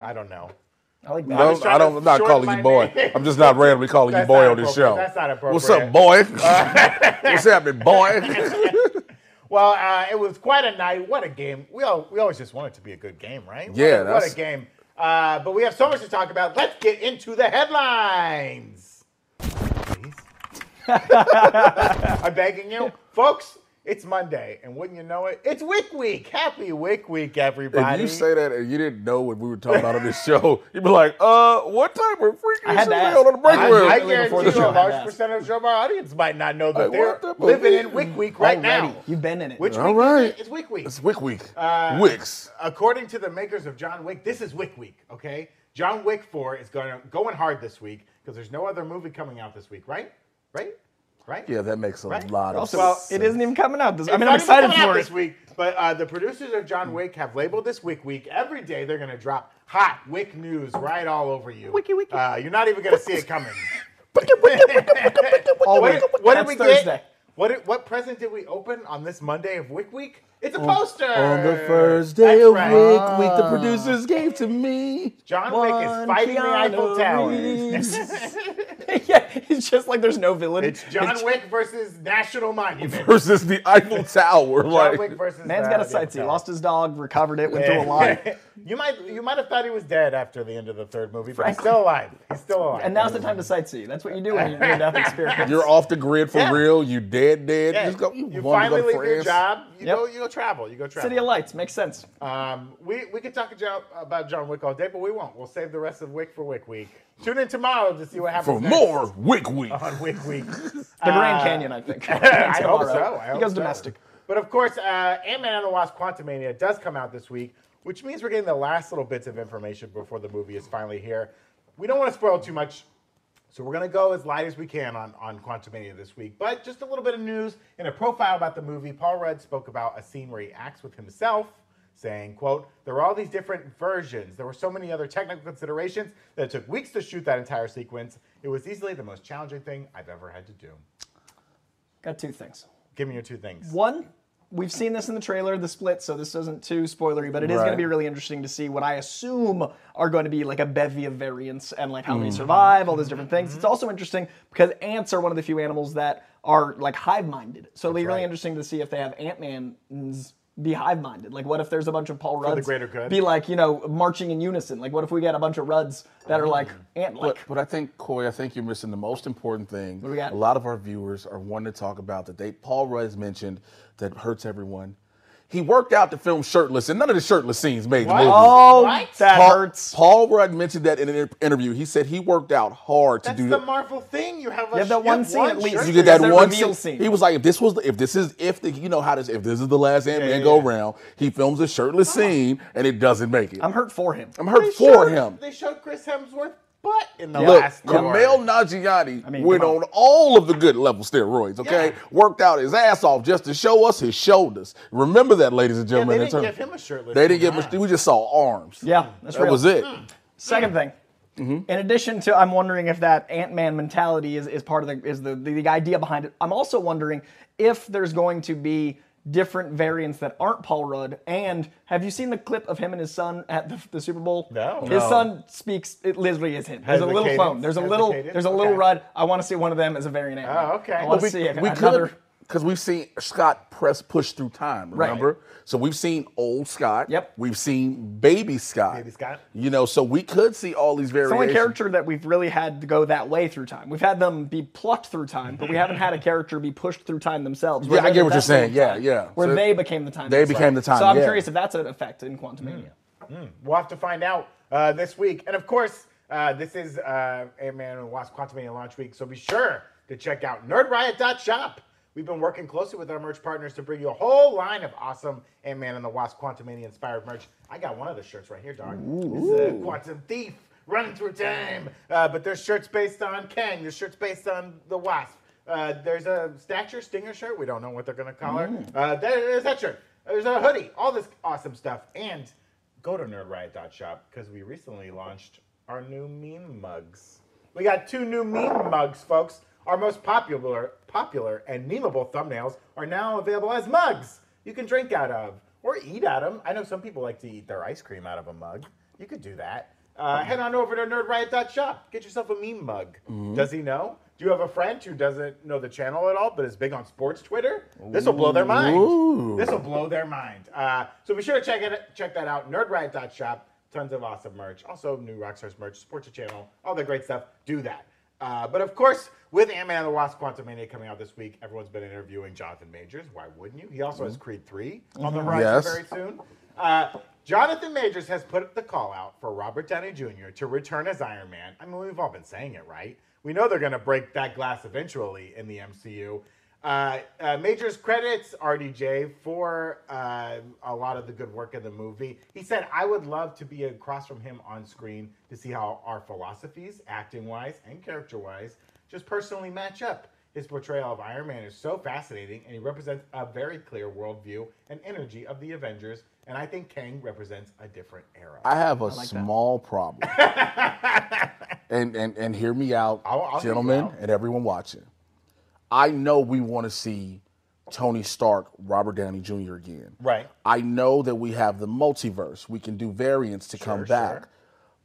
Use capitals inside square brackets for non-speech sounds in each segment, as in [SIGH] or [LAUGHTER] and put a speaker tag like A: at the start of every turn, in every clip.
A: I don't know.
B: I like that.
A: I
C: No,
A: was trying
C: I
A: to
C: don't. I'm not
A: shorten
C: calling
A: my
C: you boy.
A: name.
C: I'm just not randomly calling
A: [LAUGHS]
C: you
A: That's
C: boy
A: not
C: on this
A: appropriate.
C: show.
A: That's not
C: What's up,
A: [LAUGHS]
C: boy? What's happening, boy?
A: Well, uh, it was quite a night. What a game! We all we always just want it to be a good game, right? What a-
C: Yeah,
A: what a,
C: that's-
A: game. Uh, but we have so much to talk about. Let's get into the headlines. Please. [LAUGHS] I'm begging you, folks. It's Monday, and wouldn't you know it? It's Wick Week. Happy Wick Week,
C: if
A: everybody.
C: you say that and you didn't know what we were talking about on this show, you'd be like, "Uh, what type of freaky
B: I had
C: shit
B: to
C: we
B: ask.
C: on on the break
A: I,
C: room?"
A: I
B: Really before the
A: guarantee you,
B: show,
A: a
B: I
A: large
B: asked.
A: percentage of our audience might not know
C: Hey,
A: that
C: what
A: they're
C: the-
A: living in Wick Week right
B: Already.
A: now.
B: You've been in it.
A: Which week
C: All
A: is
C: right.
A: it? It's Wick Week.
C: It's Wick Week.
A: Uh,
C: Wicks.
A: according to the makers of John Wick, this is Wick Week, okay? John Wick 4 is going going hard this week because there's no other movie coming out this week, right? Right? Right?
C: Yeah, that makes a
A: Right.
C: lot of
B: also,
A: Well,
C: sense.
B: it isn't even coming out. This, I
A: It's
B: mean,
A: not
B: I'm
A: even
B: excited
A: coming out
B: for it.
A: this week. But uh, the producers of John Wick have labeled this Wick Week. Every day they're going to drop hot Wick news right all over you.
B: Wiki, wiki.
A: Uh, you're not even going to see it coming.
B: Always.
A: What, what did
B: That's
A: we
B: Thursday.
A: get? What, did- what present did we open on this Monday of Wick Week? It's a poster.
C: On the first day
A: That's
C: of
A: right. Ah.
C: Wick Week, the producers gave to me.
A: John Wick is
B: One
A: fighting the Eiffel
B: Keanu
A: Tower. [LAUGHS]
B: [LAUGHS] yeah, it's just like there's no villain.
A: It's John Wick versus National [LAUGHS] Monument.
C: versus the Eiffel Tower.
A: John
C: like,
A: Wick versus
B: Man's
A: uh,
B: got a
A: the
B: sightsee.
A: Eiffel
B: Lost his dog, recovered it, went
A: Tower.
B: through a lot.
A: [LAUGHS] you might you might have thought he was dead after the end of the third movie, but he's
B: Frankly.
A: still alive. He's still alive.
B: And now's the time to sightsee. That's what you do when you need enough experience.
C: you're off the grid for
A: Yeah.
C: real. You dead, dead.
A: Yeah.
C: Just go, you
A: you
C: wanna go
A: finally
C: to
A: leave your
C: France.
A: job. You
B: Yep.
A: go you go travel. You go travel.
B: City of Lights makes sense.
A: Um, we, we could talk jo- about John Wick all day, but we won't. We'll save the rest of Wick for Wick Week. Tune in tomorrow to see what happens
C: For
A: next
C: more Wick Week.
A: on Wick Week.
B: The Grand Canyon, I think.
A: Uh, [LAUGHS] I hope so.
B: Tomorrow.
A: I hope
B: he goes
A: so.
B: domestic.
A: But of course, uh, Ant Man and the Wasp: Quantumania does come out this week, which means we're getting the last little bits of information before the movie is finally here. We don't want to spoil too much, so we're gonna go as light as we can on on Quantumania this week. But just a little bit of news in a profile about the movie. Paul Rudd spoke about a scene where he acts with himself. Saying, quote, there were all these different versions. There were so many other technical considerations that it took weeks to shoot that entire sequence. It was easily the most challenging thing I've ever had to do.
B: Got two things.
A: Give me your two things.
B: One, we've seen this in the trailer, the split, so this isn't too spoilery, but it is
C: Right.
B: going to be really interesting to see what I assume are going to be like a bevy of variants and like how many
C: Mm-hmm.
B: survive, all those different things. It's also interesting because ants are one of the few animals that are like hive minded. So it'll be really
A: right.
B: interesting to see if they have Ant Man's be hive minded. Like, what if there's a bunch of Paul Rudds
A: greater good.
B: be like, you know, marching in unison? Like, what if we get a bunch of Rudds that are like ant
C: But,
B: like?
C: but I think Corey, I think you're missing the most important thing.
B: do we got?
C: A lot of our viewers are wanting to talk about that. They Paul Rudd has mentioned that hurts everyone. He worked out the film shirtless, and none of the shirtless scenes made the movie.
B: Oh,
A: What?
B: that
C: Paul,
B: hurts.
C: Paul Rudd mentioned that in an inter- interview. He said he worked out hard to
A: That's
C: do
A: the Marvel thing. You have, a,
B: You have that one scene at least.
A: shirt
C: You
B: Sure,
C: get that
B: there's that
C: one
B: reveal
C: scene.
B: scene.
C: He was like, if this was, the, if this is, if the, you know how this, if this is the last Ant Man
A: yeah,
C: go
A: yeah.
C: round, he films a shirtless scene and it doesn't make it.
B: I'm hurt for him.
C: I'm
A: They
C: hurt for
A: showed-
C: him.
A: They showed Chris Hemsworth butt in the
C: Look,
A: last.
C: Kamel
A: hour.
C: Nagiani
B: mean,
C: went
B: come on.
C: on. all of the good level steroids. Okay,
A: Yeah.
C: worked out his ass off just to show us his shoulders. Remember that, ladies and
A: Yeah,
C: gentlemen.
A: they
C: in
A: didn't
C: terms-
A: give him a shirtless. Hmm.
C: They didn't give
A: scene,
C: him.
A: huh?
C: a- We just saw arms.
B: Yeah, that's
C: that
B: real.
C: was it.
B: Second thing.
A: Mm-hmm.
B: In addition to, I'm wondering if that Ant Man mentality is, is part of the is the, the the idea behind it. I'm also wondering if there's going to be different variants that aren't Paul Rudd. And have you seen the clip of him and his son at the, the Super Bowl?
A: No.
B: His
A: No.
B: son speaks. It literally is him. There's
A: Has the
B: a little
A: cadence?
B: clone. There's a
A: Has the
B: little.
A: cadence?
B: there's a little
A: Okay.
B: Rudd. I want to see one of them as a variant Ant.
A: Oh, okay.
B: I
A: Well,
B: want to
A: we-
B: see a-
C: we
B: another.
C: because we've seen Scott press push through time.
B: Right.
C: Remember, so we've seen old Scott.
B: Yep.
C: We've seen baby Scott.
A: Baby Scott.
C: You know, so we could see all these
B: It's the only
C: variations.
B: character that we've really had to go that way through time. We've had them be plucked through time, but we haven't had a character be pushed through time themselves. where
C: Yeah, I
B: they're
C: get
B: the
C: what you're
B: vessel of
C: saying. Yeah,
B: time,
C: yeah.
B: Where
C: So
B: they became the time.
C: they
B: vessel.
C: became the time,
B: So I'm
C: yeah. Mm.
B: curious if that's an effect in Quantumania.
A: We'll have to find out uh, this week. And of course, uh, this is uh, Ant Man and Wasp Quantumania launch week, so be sure to check out nerdriot.shop. We've been working closely with our merch partners to bring you a whole line of awesome Ant Man and the Wasp Quantumania inspired merch. I got one of the shirts right here, dog. This is a Quantum Thief running through time. Uh, but there's shirts based on Kang, there's shirts based on the Wasp. Uh, there's a Stature Stinger shirt. We don't know what they're going to call her. Uh, there's that shirt. There's a hoodie. All this awesome stuff. And go to nerdriot.shop because we recently launched our new meme mugs. We got two new meme mugs, folks. Our most popular, popular and memeable thumbnails are now available as mugs. You can drink out of or eat out of them. I know some people like to eat their ice cream out of a mug. You could do that. Uh, head on over to nerdriot.shop. Get yourself a meme mug. Does he know? Do you have a friend who doesn't know the channel at all but is big on sports Twitter? This will blow their mind. This will blow their mind. Uh, so be sure to check it, check that out. Nerdriot.shop. Tons of awesome merch. Also, new Rockstars merch. Support the channel. All that great stuff. Do that. Uh, but of course, with Ant Man and the Wasp Quantumania coming out this week, everyone's been interviewing Jonathan Majors. Why wouldn't you? He also has Creed 3 on the horizon
C: Yes.
A: very soon. Uh, Jonathan Majors has put the call out for Robert Downey Jr. to return as Iron Man. I mean, we've all been saying it, right? We know they're going to break that glass eventually in the MCU. Uh, uh, Majors credits RDJ for uh, a lot of the good work in the movie. He said, I would love to be across from him on screen to see how our philosophies, acting wise and character wise, just personally match up. His portrayal of Iron Man is so fascinating, and he represents a very clear worldview and energy of the Avengers. And I think Kang represents a different era.
C: I have a small problem. and, and and hear me out,
A: I'll- I'll hear you
C: gentlemen,
A: out.
C: and everyone watching. I know we want to see Tony Stark, Robert Downey Jr. again.
A: Right.
C: I know that we have the multiverse. We can do variants to come
A: Sure,
C: back.
A: sure.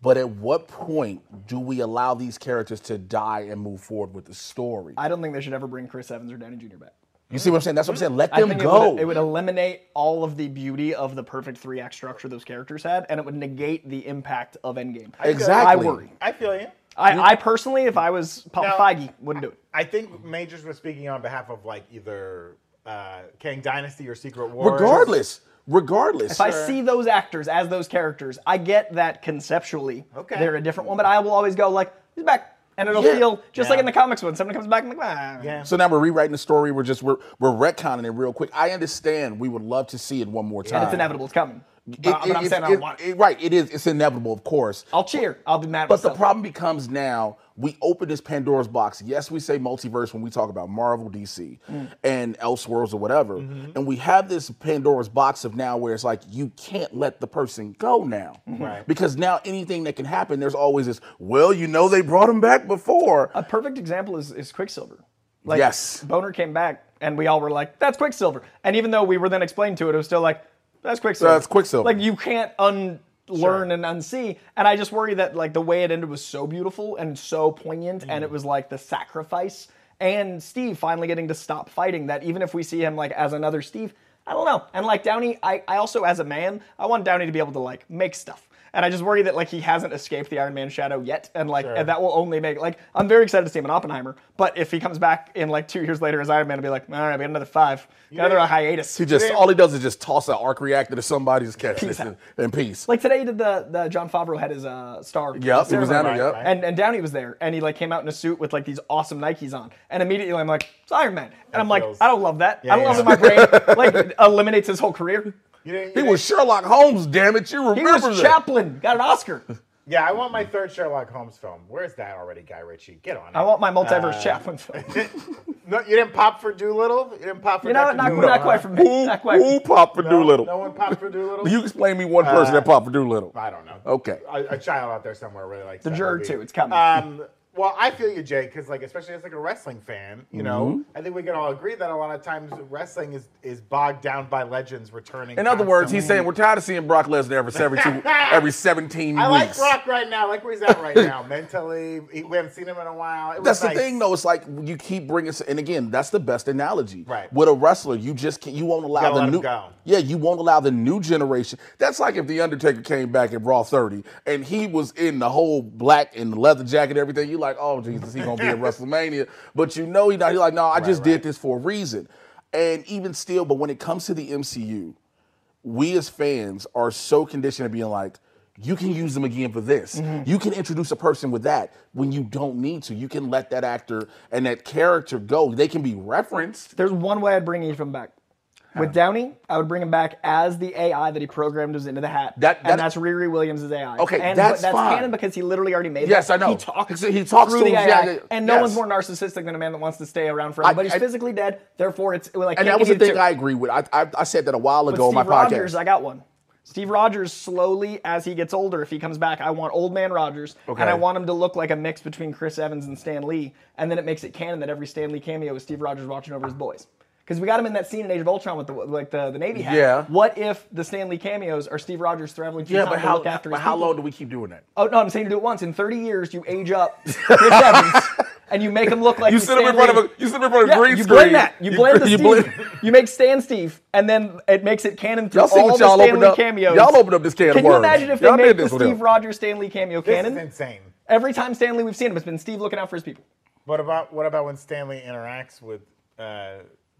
C: But at what point do we allow these characters to die and move forward with the story?
B: I don't think they should ever bring Chris Evans or Downey Jr. back.
C: you see what I'm saying? That's what I'm saying. Let
B: I
C: them
B: think It
C: go.
B: would, it would eliminate all of the beauty of the perfect three act structure those characters had, and it would negate the impact of Endgame.
C: exactly.
B: I worry.
A: I feel you.
B: I, I personally, if I was Papa
A: Now-
B: Feige, wouldn't do it.
A: I think Majors was speaking on behalf of like either uh, Kang Dynasty or Secret War.
C: Regardless. Regardless.
B: If I see those actors as those characters, I get that conceptually
A: Okay.
B: they're a different one, but I will always go like, he's back. And it'll
C: Yeah.
B: feel just like
A: Yeah.
B: in the comics when someone comes back and like, ah.
A: Yeah.
C: So now we're rewriting the story. We're just we're we're retconning it real quick. I understand. We would love to see it one more time.
B: And it's inevitable, it's coming. But,
C: It-
B: but
C: it-
B: I'm
C: it's-
B: saying I don't
C: it-
B: want it.
C: it- Right. It is. It's inevitable, of course.
B: I'll cheer. I'll be mad at
C: But the
B: myself.
C: problem becomes now we open this Pandora's box. Yes, we say multiverse when we talk about Marvel, DC,
B: Mm.
C: and Elseworlds or whatever.
B: Mm-hmm.
C: And we have this Pandora's box of now where it's like you can't let the person go now.
B: Mm-hmm.
A: Right.
C: Because now anything that can happen, there's always this, well, you know, they brought him back before.
B: a perfect example is, is Quicksilver. Like,
C: Yes.
B: Boner came back, and we all were like, "That's Quicksilver." And even though we were then explained to it, it was still like, "That's Quicksilver."
C: That's Quicksilver.
B: Like you can't unlearn and unsee. And I just worry that like the way it ended was so beautiful and so poignant,
C: Mm.
B: and it was like the sacrifice and Steve finally getting to stop fighting. That even if we see him like as another Steve, I don't know. And like Downey, I, I also as a man, I want Downey to be able to like make stuff. And I just worry that like he hasn't escaped the Iron Man shadow yet, and like and that will only make like I'm very excited to see him in Oppenheimer. But if he comes back in like two years later as Iron Man, I'll be like, all right, we got another five, got another
A: didn't-
B: hiatus.
C: He just
A: Yeah.
C: all he does is just toss an arc reactor to somebody, just catch this in, in peace.
B: Like today, did the the John Favreau had his uh, star?
C: Yep, he was down there.
A: Right,
C: Yep.
A: right.
B: And and Downey was there, and he like came out in a suit with like these awesome Nikes on, and immediately I'm like, it's Iron Man, and I'm like,
A: feels-
B: I don't love that. I don't
A: yeah.
B: love that
A: [LAUGHS]
B: my brain like eliminates his whole career.
A: You didn't- you
C: He
A: didn't-
C: was Sherlock Holmes, damn it! You
B: He
C: remember
B: was
C: that?
B: Chaplin, got an Oscar.
A: yeah, I want my third Sherlock Holmes film. Where's that already, Guy Ritchie? Get on it.
B: I want my multiverse
A: Uh, [LAUGHS]
B: Chaplin film.
A: No, you [LAUGHS] didn't pop for Doolittle. You didn't pop for.
B: You know,
A: Dr.
B: not,
A: Doolittle,
B: not
A: huh?
B: quite for me.
C: Who,
B: Not quite.
C: who popped for
A: No,
C: Doolittle?
A: No Uh, one popped for Doolittle.
C: You explain me one person that popped for Doolittle.
A: I don't know.
C: Okay.
A: A, a child out there somewhere really likes
B: The
A: that
B: Juror
A: movie.
B: too. It's coming.
A: Um, well, I feel you, Jake, because like especially as like a wrestling fan, you know,
C: Mm-hmm.
A: I think we can all agree that a lot of times wrestling is is bogged down by legends returning.
C: In other words, he's
A: constantly.
C: saying we're tired of seeing Brock Lesnar every seven-
A: [LAUGHS]
C: two- every 17
A: I like
C: weeks.
A: Brock right now. I like where he's at right
C: [LAUGHS]
A: now, mentally. He, we haven't seen him in a while. It was
C: That's the
A: nice.
C: thing, though. It's like you keep bringing, and again, that's the best analogy.
A: Right.
C: With a wrestler, you just can't, you won't allow
A: Gotta
C: the
A: let him
C: new.
A: go.
C: Yeah, you won't allow the new generation. That's like if the Undertaker came back at Raw 30 and he was in the whole black and leather jacket, and everything. You're like, oh Jesus, he's
A: [LAUGHS]
C: gonna be at WrestleMania, but you know he's not. You're like, no, I just did this for a reason. And even still, but when it comes to the MCU, we as fans are so conditioned to being like, you can use them again for this.
A: Mm-hmm.
C: You can introduce a person with that when you don't need to. You can let that actor and that character go. They can be referenced.
B: There's one way I'd bring each of them back. With Downey, I would bring him back as the AI that he programmed us into the hat.
C: That- that-
B: and that's Riri Williams' AI.
C: Okay,
B: and, but
C: that's
B: that's
C: fine.
B: canon because he literally already made
C: Yes,
B: that.
C: I know.
B: He talks.
C: He talks
B: through
C: to
B: the
C: him,
B: AI,
C: yeah, yeah,
B: and no
C: yes.
B: one's more narcissistic than a man that wants to stay around forever. But he's
C: I-
B: physically dead, therefore it's like.
C: And
B: can't
C: that was
B: give
C: the
B: you
C: thing
B: two.
C: I agree with. I, I, I said that a while ago on
B: Steve
C: my podcast.
B: Rogers, I got one. Steve Rogers slowly, as he gets older, if he comes back, I want old man Rogers,
C: Okay.
B: and I want him to look like a mix between Chris Evans and Stan Lee, and then it makes it canon that every Stan Lee cameo is Steve Rogers watching over his boys. because we got him in that scene in Age of Ultron with the like the, the Navy hat.
C: Yeah.
B: What if the Stanley cameos are Steve Rogers traveling through
C: Yeah,
B: time
C: but
B: to
C: how,
B: look after
C: but
B: his
C: how
B: people?
C: long do we keep doing that?
B: Oh no, I'm saying you do it once. In 30 years, you age up [LAUGHS] Chris Evans, and you make him look like
C: You
B: the
C: sit him in
B: Stan
C: front of
B: Lee.
C: a you sit him in front of a
B: Yeah,
C: green
B: you
C: screen.
B: blend that. You blend the
C: [LAUGHS] you
B: Steve. You make Stan Steve, and then it makes it canon through
C: Y'all see
B: all
C: what
B: the
C: y'all
B: Stanley
C: opened up?
B: cameos.
C: Y'all opened up this can of
B: Can you
C: worms.
B: imagine if
C: Y'all
B: they
C: did
B: made the
C: this with him.
B: Steve Rogers Stanley cameo
A: This
B: canon?
A: is insane.
B: Every time Stanley we've seen him, it's been Steve looking out for his people.
A: What about what about when Stanley interacts with uh,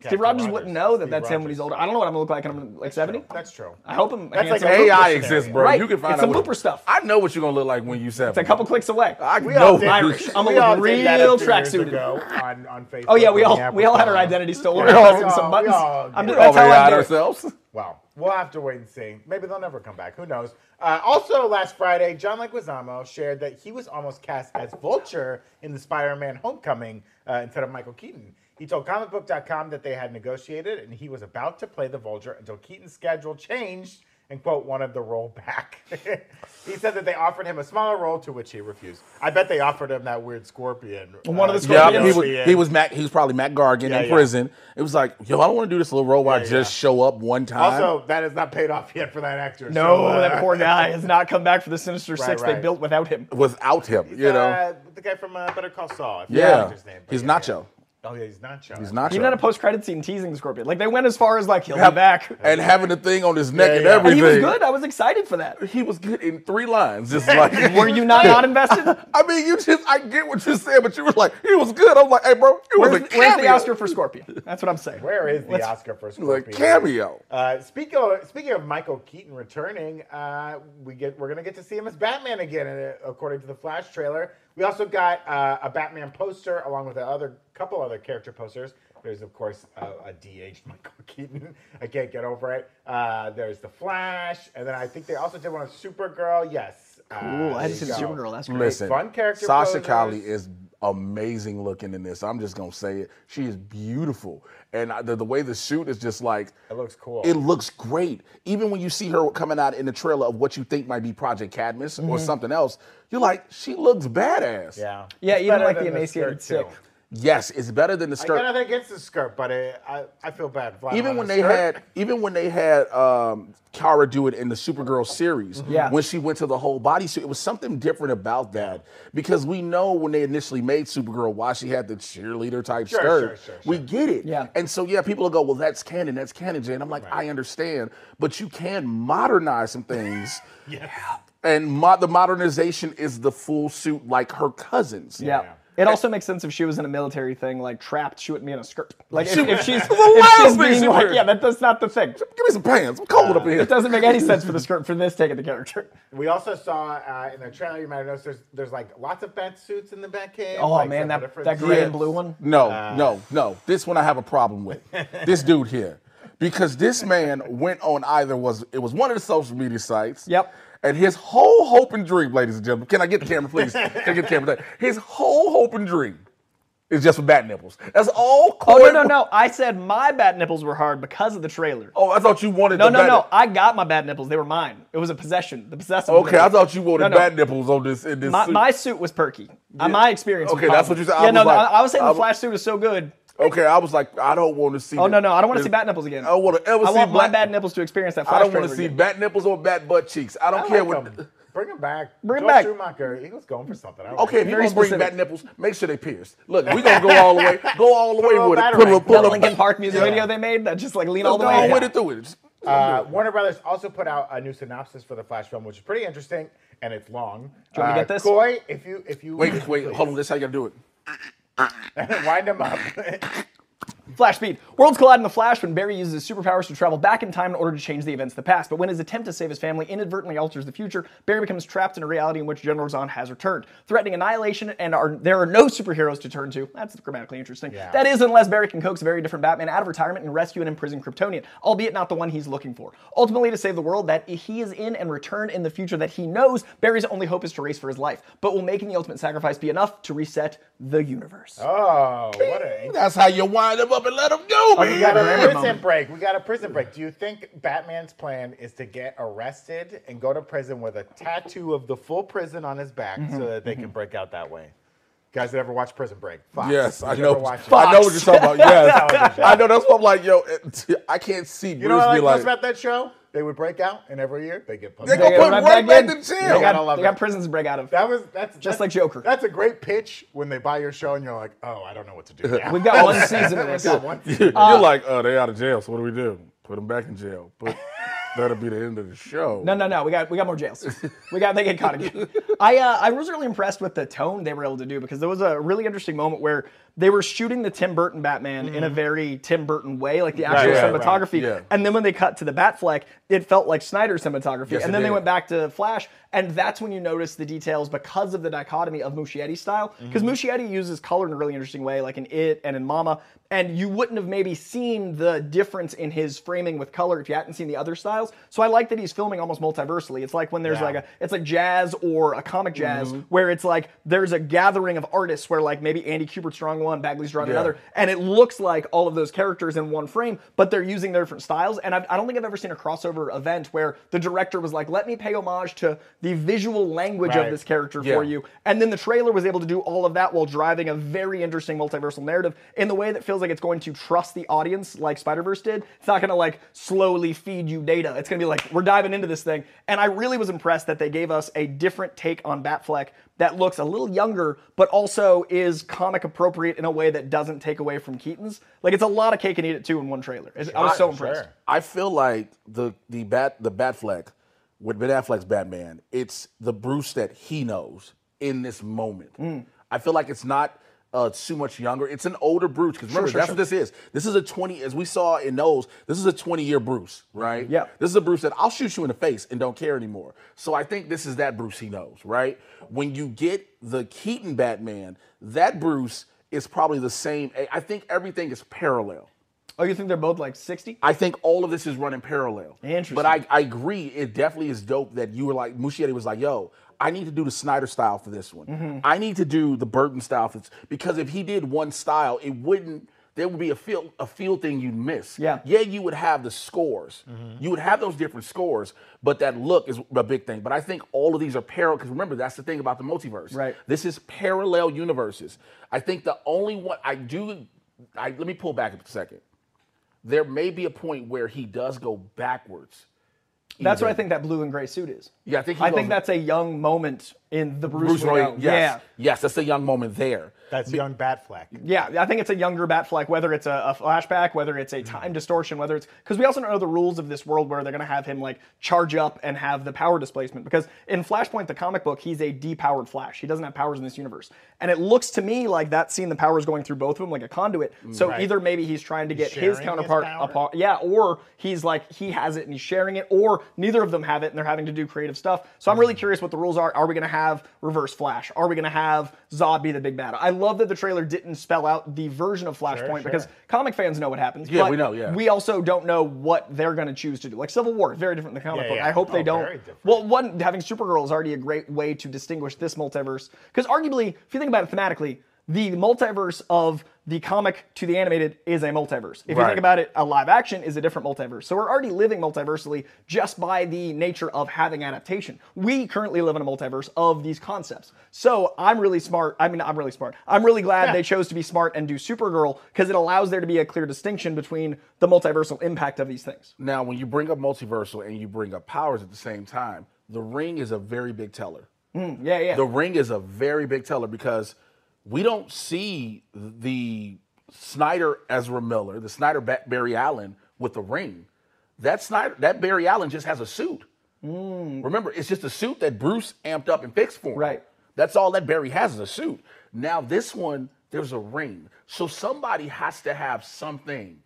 B: Steve Rogers, wouldn't know that that's him when he's older. I don't know what I'm gonna look like when I'm like 70.
A: That's true.
B: I hope him.
A: That's like
B: handsome.
A: Looper
C: AI
A: scenario.
C: exists, bro.
B: Right.
C: You can find
B: It's
C: out.
B: some
C: what-
B: Looper stuff.
C: I know what you're gonna look like when you seven.
B: It's a couple clicks away.
C: I
A: We all
C: know.
A: did-
B: Irish. I'm a
A: we all
B: real
A: did that a few years
B: tracksuit.
A: ago on, on Facebook.
B: oh yeah, we
A: when
B: all we all had our
A: Apple-
B: identity stolen.
A: Yeah,
B: pressing
A: we all-
B: some
A: we
B: buttons.
A: all
B: I'm
A: did.
B: just, that's
C: Over
B: how
C: AI
B: I do it.
C: ourselves.
A: Wow. We'll have to wait and see. Maybe they'll never come back. Who knows? Uh, also, last Friday, John Leguizamo shared that he was almost cast as Vulture in the Spider-Man Homecoming uh, instead of Michael Keaton. He told comicbook.com that they had negotiated and he was about to play the Vulture until Keaton's schedule changed and, quote, wanted the role back. [LAUGHS] he said that they offered him a smaller role to which he refused. I bet they offered him that weird scorpion. uh,
B: One of the
A: yeah,
C: Yeah,
B: Scorpion.
C: he was, he was Mac. He was probably Mac Gargan
A: Yeah,
C: in
A: yeah.
C: prison. It was like, yo, I don't want to do this little role where
A: Yeah,
C: I
A: yeah.
C: just show up one time.
A: Also, that has not paid off yet for that actor.
B: No,
A: so, uh, [LAUGHS]
B: that poor guy has not come back for the Sinister Six they
A: right.
B: built without him.
C: without him, you know.
A: uh, the guy from uh, Better Call Saul. I forget the
C: yeah,
A: actor's name, but
C: he's
A: yeah,
C: Nacho.
A: yeah. Oh yeah, he's Nacho.
C: He's Nacho.
B: Even had a post-credit scene teasing the Scorpion. Like they went as far as like he'll
C: Have-
B: be back.
C: and having the thing on his neck
A: Yeah,
C: and
A: yeah.
B: And
C: everything.
B: he was good. I was excited for that.
C: He was good in three lines, just like.
B: Were you not not invested?
C: [LAUGHS] I mean, you just, I get what you said, but you were like, he was good. I'm like, hey, bro, it was
B: Where's,
C: a
B: the- where's the
C: cameo.
B: Oscar for Scorpion? That's what I'm saying.
A: Where is the
B: Let's-
A: Oscar for
C: It was a
A: Scorpion?
C: cameo.
A: Uh, speaking of, speaking of Michael Keaton returning, uh, we get we're gonna get to see him as Batman again, uh, according to the Flash trailer. We also got uh, a Batman poster along with the other couple other character posters. There's of course uh, a DH Michael [LAUGHS] Keaton. I can't get over it. Uh, there's the Flash, and then I think they also did one of Supergirl. Yes. Uh, Cool.
B: Ooh, I just did Supergirl. That's great.
C: Listen,
A: Fun character
C: Sasha
A: poses.
C: Cowley is amazing looking in this. I'm just gonna say it. She is beautiful, and I, the, the way the shoot is just like
A: It looks cool.
C: It looks great. Even when you see her coming out in the trailer of what you think might be Project Cadmus or something else, you're like, she looks badass.
A: Mm-hmm. Yeah.
B: Yeah,
A: It's
B: even
A: better
B: like the
A: than
B: emaciated
A: skirt, too.
B: sick.
C: Yes, it's better than the
A: I
C: skirt.
A: got nothing against the skirt, but it, I I feel bad. Vlad
C: even
A: on
C: when
A: the
C: they
A: skirt.
C: had even when they had um Kara do it in the Supergirl series,
B: Yeah.
C: when she went to the whole bodysuit, it was something different about that because we know when they initially made Supergirl why she had the cheerleader type
A: Sure,
C: skirt.
A: sure, sure,
C: We get it.
B: Yeah.
C: And so yeah, people will go, "Well, that's canon, that's canon." Jay." And I'm like, "I understand, but you can modernize some things."
A: yeah.
C: And mo- the modernization is the full suit like her cousins.
B: Yeah.
A: Yeah.
B: It also makes sense if she was in a military thing, like trapped, she wouldn't be in a skirt. Like if,
C: She-
B: if she's,
C: Well, why
B: if
C: else
B: she's
C: would
B: being
C: she
B: like,
C: wear it?
B: yeah, that, that's not the thing.
C: Give me some pants. I'm cold up in here.
B: It doesn't make any sense for the skirt for this take of the character.
A: We also saw uh, in the trailer, you might have noticed there's, there's like lots of bat suits in the bat cave.
B: Oh
A: like,
B: man,
A: several
B: that
A: different
B: that gray
A: suits.
B: and blue one.
C: No,
B: Ah.
C: no, no. This one I have a problem with. this dude here. Because this man went on either was it was one of the social media sites.
B: Yep.
C: And his whole hope and dream, ladies and gentlemen, can I get the camera,
B: [LAUGHS]
C: please? Can I get the camera? Thank- His whole hope and dream is just for bat nipples. That's all.
B: Oh
C: Corey-
B: no no no! I said my bat nipples were hard because of the trailer.
C: Oh, I thought you wanted.
B: No
C: the
B: no
C: bat
B: no!
C: nip-
B: I got my bat nipples. They were mine. It was a possession. The possessive.
C: Okay, I thought you wanted
B: No, no.
C: bat nipples on this in this.
B: My,
C: suit.
B: my suit was perky. Uh, my experience. was
C: Okay, that's what you said. I
B: Yeah, no,
C: was like-
B: no, I was saying
C: I
B: the
C: was-
B: flash suit is so good.
C: okay, I was like, I don't want to see.
B: Oh no, no, I don't want to
C: this-
B: see bat nipples again.
C: I don't want to ever
B: I
C: see
B: want my
C: black-
B: bat nipples to experience that. Flash
C: I don't want to
B: trailer
C: see
B: again.
C: bat nipples or bat butt cheeks. I don't
A: I
C: care
A: like
C: what.
A: him. Bring him back.
B: Bring him
A: Joel
B: back.
A: Schumacher, he was going for something. I
C: Okay, if you're
B: Very
C: gonna bring
B: specific.
C: back nipples, make sure they pierced. Look, we're gonna go all the way, go all the way
A: a
C: with it.
A: little
C: Put a
A: batarang.
C: put
B: that
C: a
B: Lincoln Park music
A: Yeah.
B: video they made that just like lean all
C: Let's
B: the
C: go
B: way.
C: all
B: in.
C: with it through it. Just-
A: Uh, Warner Brothers also put out a new synopsis for the Flash film, which is pretty interesting and it's long.
B: you want me to
A: Uh,
B: get this?
A: Coy, if you if you
C: Wait, wait, hold on. That's how you gotta do it.
A: on. [LAUGHS] wind him up.
B: Flash speed. Worlds collide in the Flash when Barry uses his superpowers to travel back in time in order to change the events of the past. But when his attempt to save his family inadvertently alters the future, Barry becomes trapped in a reality in which General Zod has returned, threatening annihilation. And are, there are no superheroes to turn to. That's grammatically interesting.
A: Yeah.
B: That is, unless Barry can coax a very different Batman out of retirement and rescue an imprisoned Kryptonian, albeit not the one he's looking for. Ultimately, to save the world that he is in and return in the future that he knows, Barry's only hope is to race for his life. But will making the ultimate sacrifice be enough to reset the universe?
A: Oh, what a
C: That's how you wind them up and Oh, let them go.
A: we got
C: man.
A: a prison break. We got a prison break. Do you think Batman's plan is to get arrested
C: Mm-hmm.
A: and go to prison with a tattoo of the full prison on his back so that they can break out that way? Guys that ever watch Prison Break. Fox.
C: Yes, I
A: Did you
C: know.
A: ever watch it?
C: I know what you're talking [LAUGHS] about. Yes,
A: Television.
C: I know. That's what I'm like. Yo, it, I can't see Bruce
A: You know what I
C: be
A: like, most
C: like.
A: about that show? They would break out, and every year they get punched.
C: They go
B: They
C: put
B: got
C: right back
B: in.
C: to jail.
B: They
A: Gotta
B: got,
A: love
B: they got
A: it.
B: prisons to break out of.
A: That was that's
B: Just
A: that's-
B: like Joker.
A: That's a great pitch when they buy your show and you're like, oh, I don't know what
C: [LAUGHS]
A: to do. Now.
B: We've got one season
A: We've
B: of this.
A: got one.
C: you're
B: Uh,
C: like, oh, they out of jail. So what do we do? Put them back in jail. But that'll be the end of the show.
B: No, no, no. We got we got more jails. We got they get caught again. I uh, I was really impressed with the tone they were able to do because there was a really interesting moment where they were shooting the Tim Burton Batman in a very Tim Burton way, like the actual
C: Mm-hmm. right, right.
B: cinematography.
C: Yeah.
B: And then when they cut to the Batfleck, it felt like Snyder's cinematography.
C: Yes,
B: and
C: it
B: then they
C: did.
B: went back to Flash, and that's when you notice the details because of the dichotomy of Muschietti's style. Because Muschietti uses color in a really interesting way, like in It and in Mama. And you wouldn't have maybe seen the difference in his framing with color if you hadn't seen the other styles. So I like that he's filming almost multiversally. It's like when there's
A: Yeah.
B: like a it's like jazz or a comic jazz where it's like there's a gathering of artists where like maybe Andy Kubert's drawing one, Bagley's drawing
C: Yeah.
B: another, and it looks like all of those characters in one frame, but they're using their different styles. And I've, I don't think I've ever seen a crossover event where the director was like, "Let me pay homage to the visual language
A: Right.
B: of this character
C: Yeah.
B: for you," and then the trailer was able to do all of that while driving a very interesting multiversal narrative in the way that feels like it's going to trust the audience, like Spider Verse did. It's not going to like slowly feed you data. It's going to be like we're diving into this thing. And I really was impressed that they gave us a different take on Batfleck that looks a little younger, but also is comic appropriate in a way that doesn't take away from Keaton's. Like it's a lot of cake and eat it too in one trailer. It's- I was so
A: Sure.
B: impressed.
C: I feel like the the bat the Batfleck with Ben Affleck's Batman, it's the Bruce that he knows in this moment.
B: Mm.
C: I feel like it's not uh, too much younger. It's an older Bruce because remember
B: sure,
C: that's
B: sure.
C: what this is. This is a twenty, as we saw in those. This is a twenty year Bruce, right?
B: Yeah.
C: This is a Bruce that I'll shoot you in the face and don't care anymore. So I think this is that Bruce he knows, right? When you get the Keaton Batman, that Bruce is probably the same. I think everything is parallel.
B: Oh, you think they're both like 60?
C: I think all of this is running parallel.
B: Interesting.
C: But I, I agree. It definitely is dope that you were like Muschietti was like, "Yo, I need to do the Snyder style for this one.
B: Mm-hmm.
C: I need to do the Burton style for this because if he did one style, it wouldn't. There would be a feel a feel thing you'd miss.
B: Yeah. Mm-hmm.
C: Yeah, you would have the scores. You would have those different scores, but that look is a big thing. But I think all of these are parallel because remember that's the thing about the multiverse.
B: Right.
C: This is parallel universes. I think the only one I do. I, let me pull back a second there may be a point where he does go backwards.
B: That's what I think that blue and gray suit is.
C: Yeah, I think he
B: I think
C: goes-
B: that's a young moment in the Bruce,
C: Bruce
B: we
C: Wayne,
B: know.
C: yes,
B: Yeah.
C: yes, that's a young moment there.
A: That's young
C: [LAUGHS]
A: Batfleck.
B: Yeah, I think it's a younger Batfleck, whether it's a, a flashback, whether it's a time distortion, whether it's because we also don't know the rules of this world where they're going to have him like charge up and have the power displacement. Because in Flashpoint, the comic book, he's a depowered Flash. He doesn't have powers in this universe, and it looks to me like that scene, the power is going through both of them like a conduit. So
A: Right.
B: either maybe he's trying to get his
A: sharing his
B: counterpart
A: power?
B: apart. Yeah, or he's like he has it and he's sharing it, or neither of them have it and they're having to do creative stuff. So I'm
C: Mm-hmm.
B: really curious what the rules are. Are we going to have Reverse Flash? Are we going to have Zod be the big bad? I love that the trailer didn't spell out the version of Flashpoint because comic fans know what happens.
C: Yeah,
B: but
C: we know, yeah.
B: we also don't know what they're going to choose to do. Like Civil War, very different than the comic
A: Yeah,
B: book.
A: yeah.
B: I hope they
A: Oh,
B: don't.
A: very different.
B: Well, one having Supergirl is already a great way to distinguish this multiverse because arguably, if you think about it thematically. The multiverse of the comic to the animated is a multiverse. If you
C: Right.
B: think about it, a live action is a different multiverse. So we're already living multiversally just by the nature of having adaptation. We currently live in a multiverse of these concepts. So I'm really smart. I mean, I'm really smart. I'm really glad they chose to be smart and do Supergirl because it allows there to be a clear distinction between the multiversal impact of these things.
C: Now, when you bring up multiversal and you bring up powers at the same time, the ring is a very big teller.
B: Hmm, Yeah, yeah.
C: The ring is a very big teller because we don't see the Snyder Ezra Miller, the Snyder Ba- Barry Allen with the ring. That Snyder, that Barry Allen just has a suit. Remember, it's just a suit that Bruce amped up and fixed for him.
B: Mm. Right.
C: That's all that Barry has is a suit. Now this one, there's a ring. So somebody has to have something.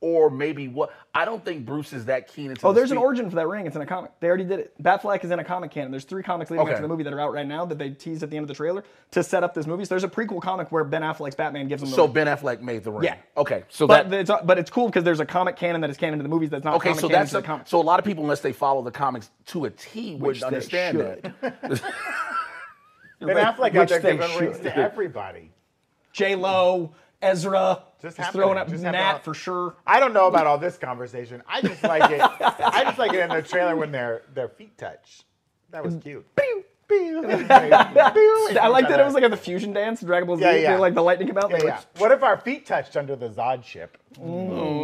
C: Or maybe what I don't think Bruce is that keen into
B: Oh,
C: the
B: there's an
C: speed.
B: origin for that ring. It's in a comic. They already did it. Batfleck is in a comic canon. There's three comics leading up
C: Okay.
B: to the movie that are out right now that they teased at the end of the trailer to set up this movie. So there's a prequel comic where Ben Affleck's Batman gives him the
C: So
B: ring.
C: Ben Affleck made the ring.
B: Yeah.
C: Okay. So
B: But,
C: that
B: it's, but it's cool because there's a comic canon that is canon to the movies that's not
C: Okay,
B: comic
C: so
B: canon
C: that's
B: to
C: a,
B: the comics.
C: so a lot of people, unless they follow the comics to a T, wouldn't
B: they
C: understand
B: should. [LAUGHS]
C: that.
A: Ben Affleck out
B: Which
A: there
B: they
A: giving rings
B: should.
A: to everybody.
B: J Lo, Ezra,
A: Just
B: just,
A: happening.
B: throwing up
A: Just happening all-
B: Matt for sure.
A: I don't know about all this conversation. I just like it. I just like it in the trailer when their their feet touch. That was cute.
B: Pew, pew.
A: I
B: [LAUGHS] I like that it was like at the fusion dance, Dragon Ball Z,
A: Yeah,
B: they,
A: yeah.
B: like the lightning come out.
A: Yeah,
B: they were-
A: yeah. What if our feet touched under the Zod ship?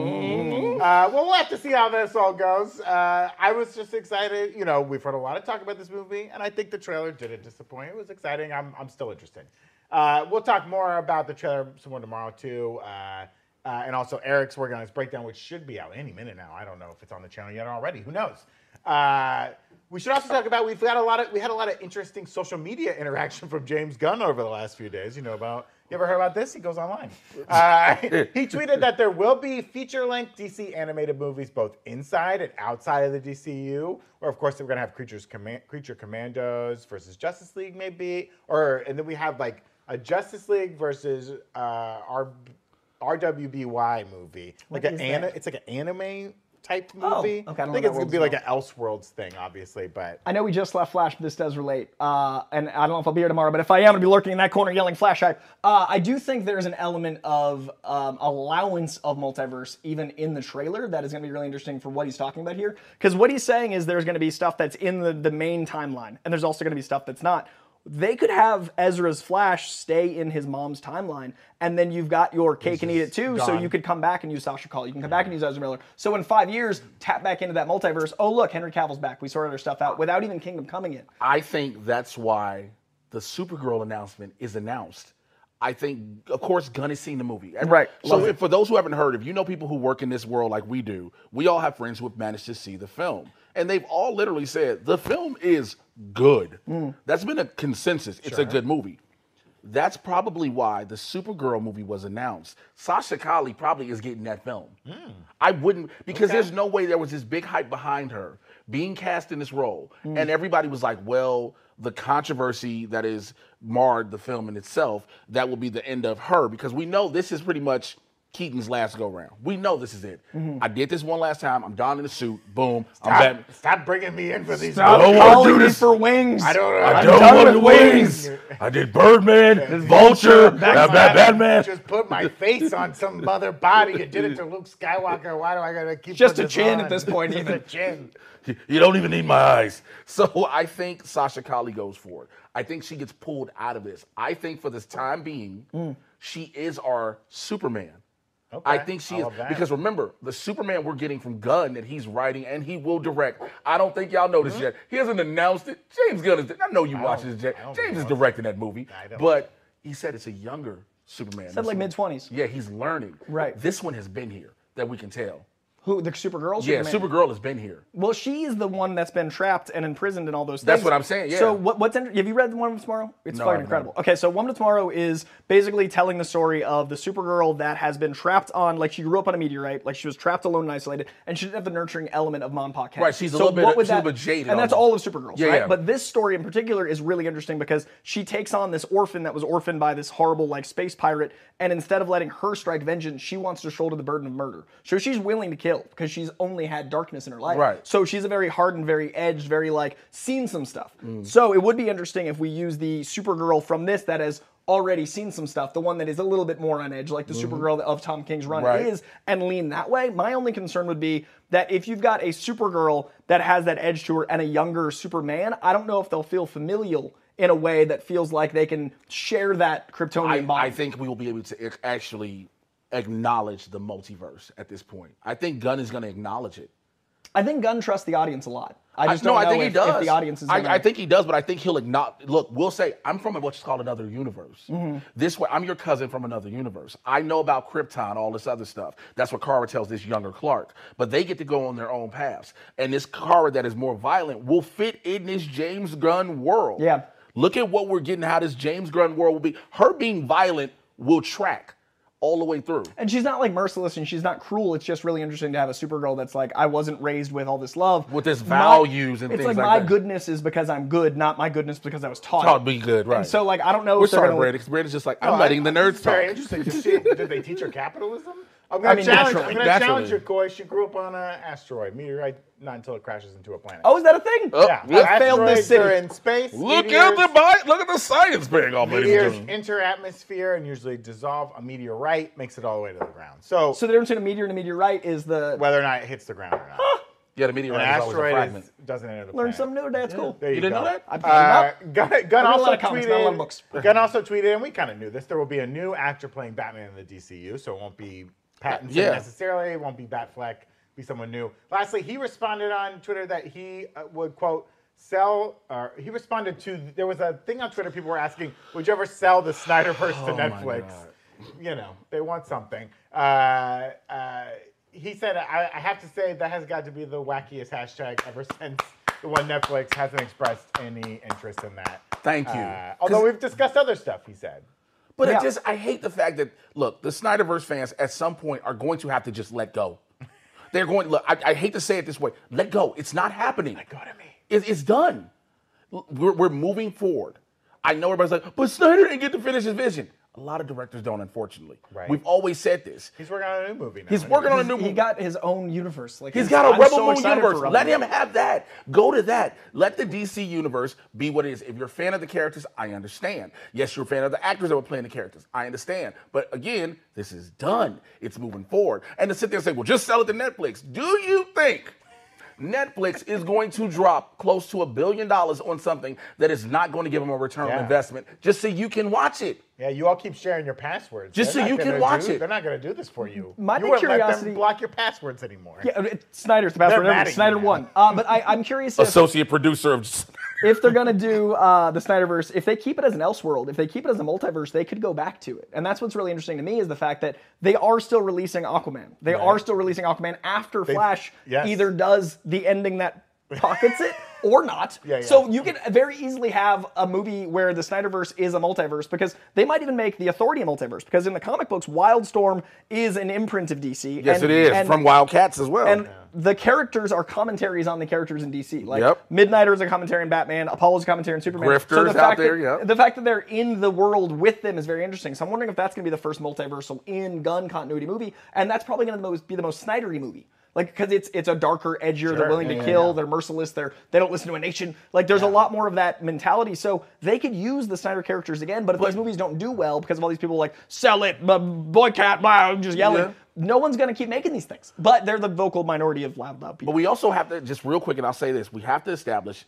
A: Uh, well, we'll have to see how this all goes. Uh, I was just excited. You know, we've heard a lot of talk about this movie, and I think the trailer didn't disappoint. It was exciting. I'm, I'm still interested. Uh, we'll talk more about the trailer some more tomorrow, too. Uh, uh, and also, Eric's working on his breakdown, which should be out any minute now. I don't know if it's on the channel yet already. Who knows? Uh, we should also talk about we've got a lot of we had a lot of interesting social media interaction from James Gunn over the last few days. You know about you ever heard about this? He goes
B: [LAUGHS]
A: online. Uh, he tweeted that there will be feature-length DC animated movies both inside and outside of the DCU. Or of course, we're gonna have Creatures Command, Creature Commandos versus Justice League, maybe. Or and then we have like a Justice League versus uh, R- RWBY movie, like
B: What
A: an
B: is
A: ana-
B: that?
A: it's like an anime type movie.
B: Oh,
A: I
B: okay, I don't
A: think
B: know that
A: it's gonna
B: world's
A: be like
B: well.
A: an Elseworlds thing, obviously, but
B: I know we just left Flash, but this does relate. Uh, and I don't know if I'll be here tomorrow, but if I am, I'll be lurking in that corner yelling Flash hype. Uh, I do think there's an element of um, allowance of multiverse, even in the trailer, that is going to be really interesting for what he's talking about here. Because what he's saying is there's going to be stuff that's in the, the main timeline, and there's also going to be stuff that's not. They could have Ezra's Flash stay in his mom's timeline, and then you've got your cake and eat it too. So
A: gone.
B: you could come back and use Sasha Call. You can come back and use Ezra Miller. So in five years, tap back into that multiverse. Oh look, Henry Cavill's back. We sorted our stuff out without even Kingdom coming in.
C: I think that's why the Supergirl announcement is announced. I think, of course, Gunn has seen the movie. And-
B: Right.
C: So,
B: Love
C: if, for those who haven't heard, if you know people who work in this world like we do, we all have friends who have managed to see the film. And they've all literally said the film is good.
B: Mm.
C: That's been a consensus. It's a good movie. That's probably why the Supergirl movie was announced. Sasha Kali probably is getting that film. I wouldn't because there's no way there was this big hype behind her being cast in this role, and everybody was like, "Well, the controversy that is marred the film in itself, that will be the end of her," because we know this is pretty much Keaton's last go round. We know this is it. I did this one last time. I'm donning the suit. Boom. I'm
A: stop,
C: Batman.
A: stop bringing me in for these.
C: Stop
A: movies.
C: wanna do
B: Calling me
C: this.
B: for wings.
A: I don't know.
C: I
A: I'm
C: don't
B: done
C: want
B: with
C: wings. I did Birdman, Vulture, Bat-
A: That's
C: Bat-
A: why I
C: Batman.
A: Just put my face on some other body. You did it to Luke Skywalker. Why do I gotta keep
B: Just
A: putting
B: a chin
A: on?
B: at this point,
A: Just a
B: even.
A: chin.
C: You don't even need my eyes. [LAUGHS] So I think Sasha Kali goes for it. I think she gets pulled out of this. I think for this time being, she is our Superman.
A: Mm.
C: I
A: Okay,
C: think she
A: I
C: is
A: love that.
C: because remember the Superman we're getting from Gunn that he's writing and he will direct. I don't think y'all know this yet. He hasn't announced it. James Gunn is. I know you watch
A: don't-
C: this, Jack.
A: Mm-hmm. I don't
C: James is
A: know.
C: directing that movie,
A: I don't.
C: but he said it's a younger Superman.
B: Said like mid twenties.
C: Yeah, he's learning.
B: Right.
C: This one has been here that we can tell.
B: Who the Supergirl?
C: Yeah,
B: Superman?
C: Supergirl has been here.
B: Well, she is the one that's been trapped and imprisoned and all those things.
C: That's what I'm saying, yeah.
B: So what, what's inter- have you read the Woman of Tomorrow? It's
C: No, I
B: fucking
C: haven't.
B: incredible. Okay, so Woman of Tomorrow is basically telling the story of the Supergirl that has been trapped on, like she grew up on a meteorite, like she was trapped alone and isolated, and she didn't have the nurturing element of mom, pa, Cat.
C: Right, she's a
B: so
C: little bit-
B: what would
C: she's a
B: that-
C: little bit jaded
B: and that's all of
C: almost.
B: Supergirls,
C: Yeah,
B: right?
C: yeah.
B: But this story in particular is really interesting because she takes on this orphan that was orphaned by this horrible like space pirate, and instead of letting her strike vengeance, she wants to shoulder the burden of murder. So she's willing to kill because she's only had darkness in her life.
C: Right.
B: So she's a very hardened, very edged, very like seen some stuff.
C: Mm.
B: So it would be interesting if we use the Supergirl from this that has already seen some stuff, the one that is a little bit more on edge, like the Supergirl of Tom King's run
C: Mm-hmm. Right.
B: is, and lean that way. My only concern would be that if you've got a Supergirl that has that edge to her and a younger Superman, I don't know if they'll feel familial in a way that feels like they can share that Kryptonian
C: I,
B: bond.
C: I think we will be able to ac- actually acknowledge the multiverse at this point. I think Gunn is going to acknowledge it.
B: I think Gunn trusts the audience a lot. I just
C: no,
B: don't
C: I
B: know
C: think
B: if,
C: he does.
B: if the audience is. gonna-
C: I, I think he does, but I think he'll acknowledge. Look, we'll say I'm from what's called another universe.
B: Mm-hmm.
C: This way, I'm your cousin from another universe. I know about Krypton, all this other stuff. That's what Kara tells this younger Clark. But they get to go on their own paths, and this Kara that is more violent will fit in this James Gunn world.
B: Yeah.
C: Look at what we're getting. How this James Gunn world will be. Her being violent will track all the way through.
B: And she's not like merciless and she's not cruel. It's just really interesting to have a Supergirl that's like, I wasn't raised with all this love.
C: With this
B: My-
C: values and
B: it's
C: things
B: like,
C: like
B: my
C: that.
B: goodness is because I'm good, not my goodness because I was taught.
C: Taught to be good, right?
B: And so like I don't know
C: We're
B: if they're
C: sorry,
B: gonna-
C: Brandon, because Brandon's just like I'm letting the
A: It's
C: nerds
A: Very
C: talk.
A: interesting to see. Did they teach her capitalism? I'm gonna
B: mean,
A: challenge.
B: naturally,
A: I'm gonna
C: naturally.
A: challenge you, Koi. She grew up on an asteroid, meteorite, not until it crashes into a planet.
B: Oh, is that a thing?
A: yeah.
C: look-
A: Asteroids
B: failed this city.
A: are in space.
C: Look at
A: meteors-
C: the bite. Look at the science being off, ladies and
A: Meteors
C: gentlemen.
A: enter atmosphere and usually dissolve. A meteorite makes it all the way to the ground. So,
B: So the difference between a meteor and a meteorite is the
A: whether or not it hits the ground or not.
C: Yeah, the meteorite
A: An
C: is always a
A: asteroid
C: fragment.
A: is, doesn't enter the
B: Learn
A: planet.
B: something new today. It's cool.
A: There you,
C: You didn't
A: go.
C: know that?
B: I picked
A: Uh,
B: it up.
A: Gun, Gun
B: I read a
A: also
B: lot of comics, not a lot of books.
A: tweeted. Gun also tweeted, and we kind of knew this. There will be a new actor playing Batman in the DCU, so it won't be Pattinson
C: Yeah.
A: necessarily. It won't be Batfleck. Be someone new. Lastly, he responded on Twitter that he uh, would quote sell. Or he responded to there was a thing on Twitter. People were asking, would you ever sell the Snyderverse
B: Oh.
A: to
C: Oh
A: Netflix? You know, they want something. Uh, uh, he said, I, I have to say that has got to be the wackiest hashtag ever [LAUGHS] since the one Netflix hasn't expressed any interest in that.
C: Thank you.
A: Uh, although we've discussed other stuff, he said.
C: But
B: Yeah.
C: it just, I hate the fact that look, the Snyderverse fans at some point are going to have to just let go. They're going. Look, I, I hate to say it this way. Let go. It's not happening. Let
A: go to me.
C: It, it's done. L- We're, we're moving forward. I know everybody's like, but Snyder didn't get to finish his vision. A lot of directors don't, unfortunately.
A: Right.
C: We've always said this.
A: He's working on a new movie now.
C: He's
A: anyway.
C: working on a new.
B: He
C: movie.
B: got his own universe. Like
C: He's
B: it's-
C: got a
B: I'm
C: Rebel
B: so
C: Moon
B: excited for
C: universe.
B: Rebel
C: Let
B: Moon.
C: him have that. Go to that. Let the DC universe be what it is. If you're a fan of the characters, I understand. Yes, you're a fan of the actors that were playing the characters. I understand. But again, this is done. It's moving forward. And to sit there and say, well, just sell it to Netflix. Do you think Netflix is going to drop close to a billion dollars on something that is not going to give them a return
A: Yeah.
C: on investment just so you can watch it?
A: Yeah, you all keep sharing your passwords.
C: Just
A: They're
C: so
A: not
C: you can
A: gonna
C: watch
A: do-
C: it.
A: They're not going to do this for you.
B: My
A: you
B: big
A: wouldn't let
B: curiosity-
A: them block your passwords anymore.
B: Yeah, it- Snyder's the password.
A: They're mad at you
B: Snyder
A: now.
B: won. Uh, but I, I'm curious if,
C: [LAUGHS] Associate producer of. [LAUGHS]
B: if they're gonna do uh, the Snyderverse, if they keep it as an Elseworld, if they keep it as a multiverse, they could go back to it. And that's what's really interesting to me is the fact that they are still releasing Aquaman. They are still releasing Aquaman after Flash
A: yes.
B: either does the ending that
A: [LAUGHS]
B: pockets it or not.
A: yeah.
B: So you can very easily have a movie where the Snyderverse is a multiverse because they might even make the Authority a multiverse because in the comic books, Wildstorm is an imprint of DC.
C: Yes,
B: and-
C: it is.
B: and-
C: From Wildcats as well.
B: and the characters are commentaries on the characters in DC. Like
C: Yep.
B: Midnighter is a commentary in Batman, Apollo's a commentary in Superman.
C: Grifters
B: the
C: out
B: fact
C: there,
B: that,
C: yep.
B: The fact that they're in the world with them is very interesting. So I'm wondering if that's going to be the first multiversal in gun continuity movie, and that's probably going to be the most Snydery movie. Like, because it's it's a darker, edgier. They're willing to
A: yeah,
B: kill. They're merciless. They're they don't listen to a nation. Like, there's a lot more of that mentality. So they could use the Snyder characters again. But if these movies don't do well because of all these people like sell it, bu- boycott, blah, just yelling,
C: Yeah.
B: no one's going to keep making these things. But they're the vocal minority of loud, loud people.
C: But we also have to just real quick, and I'll say this: we have to establish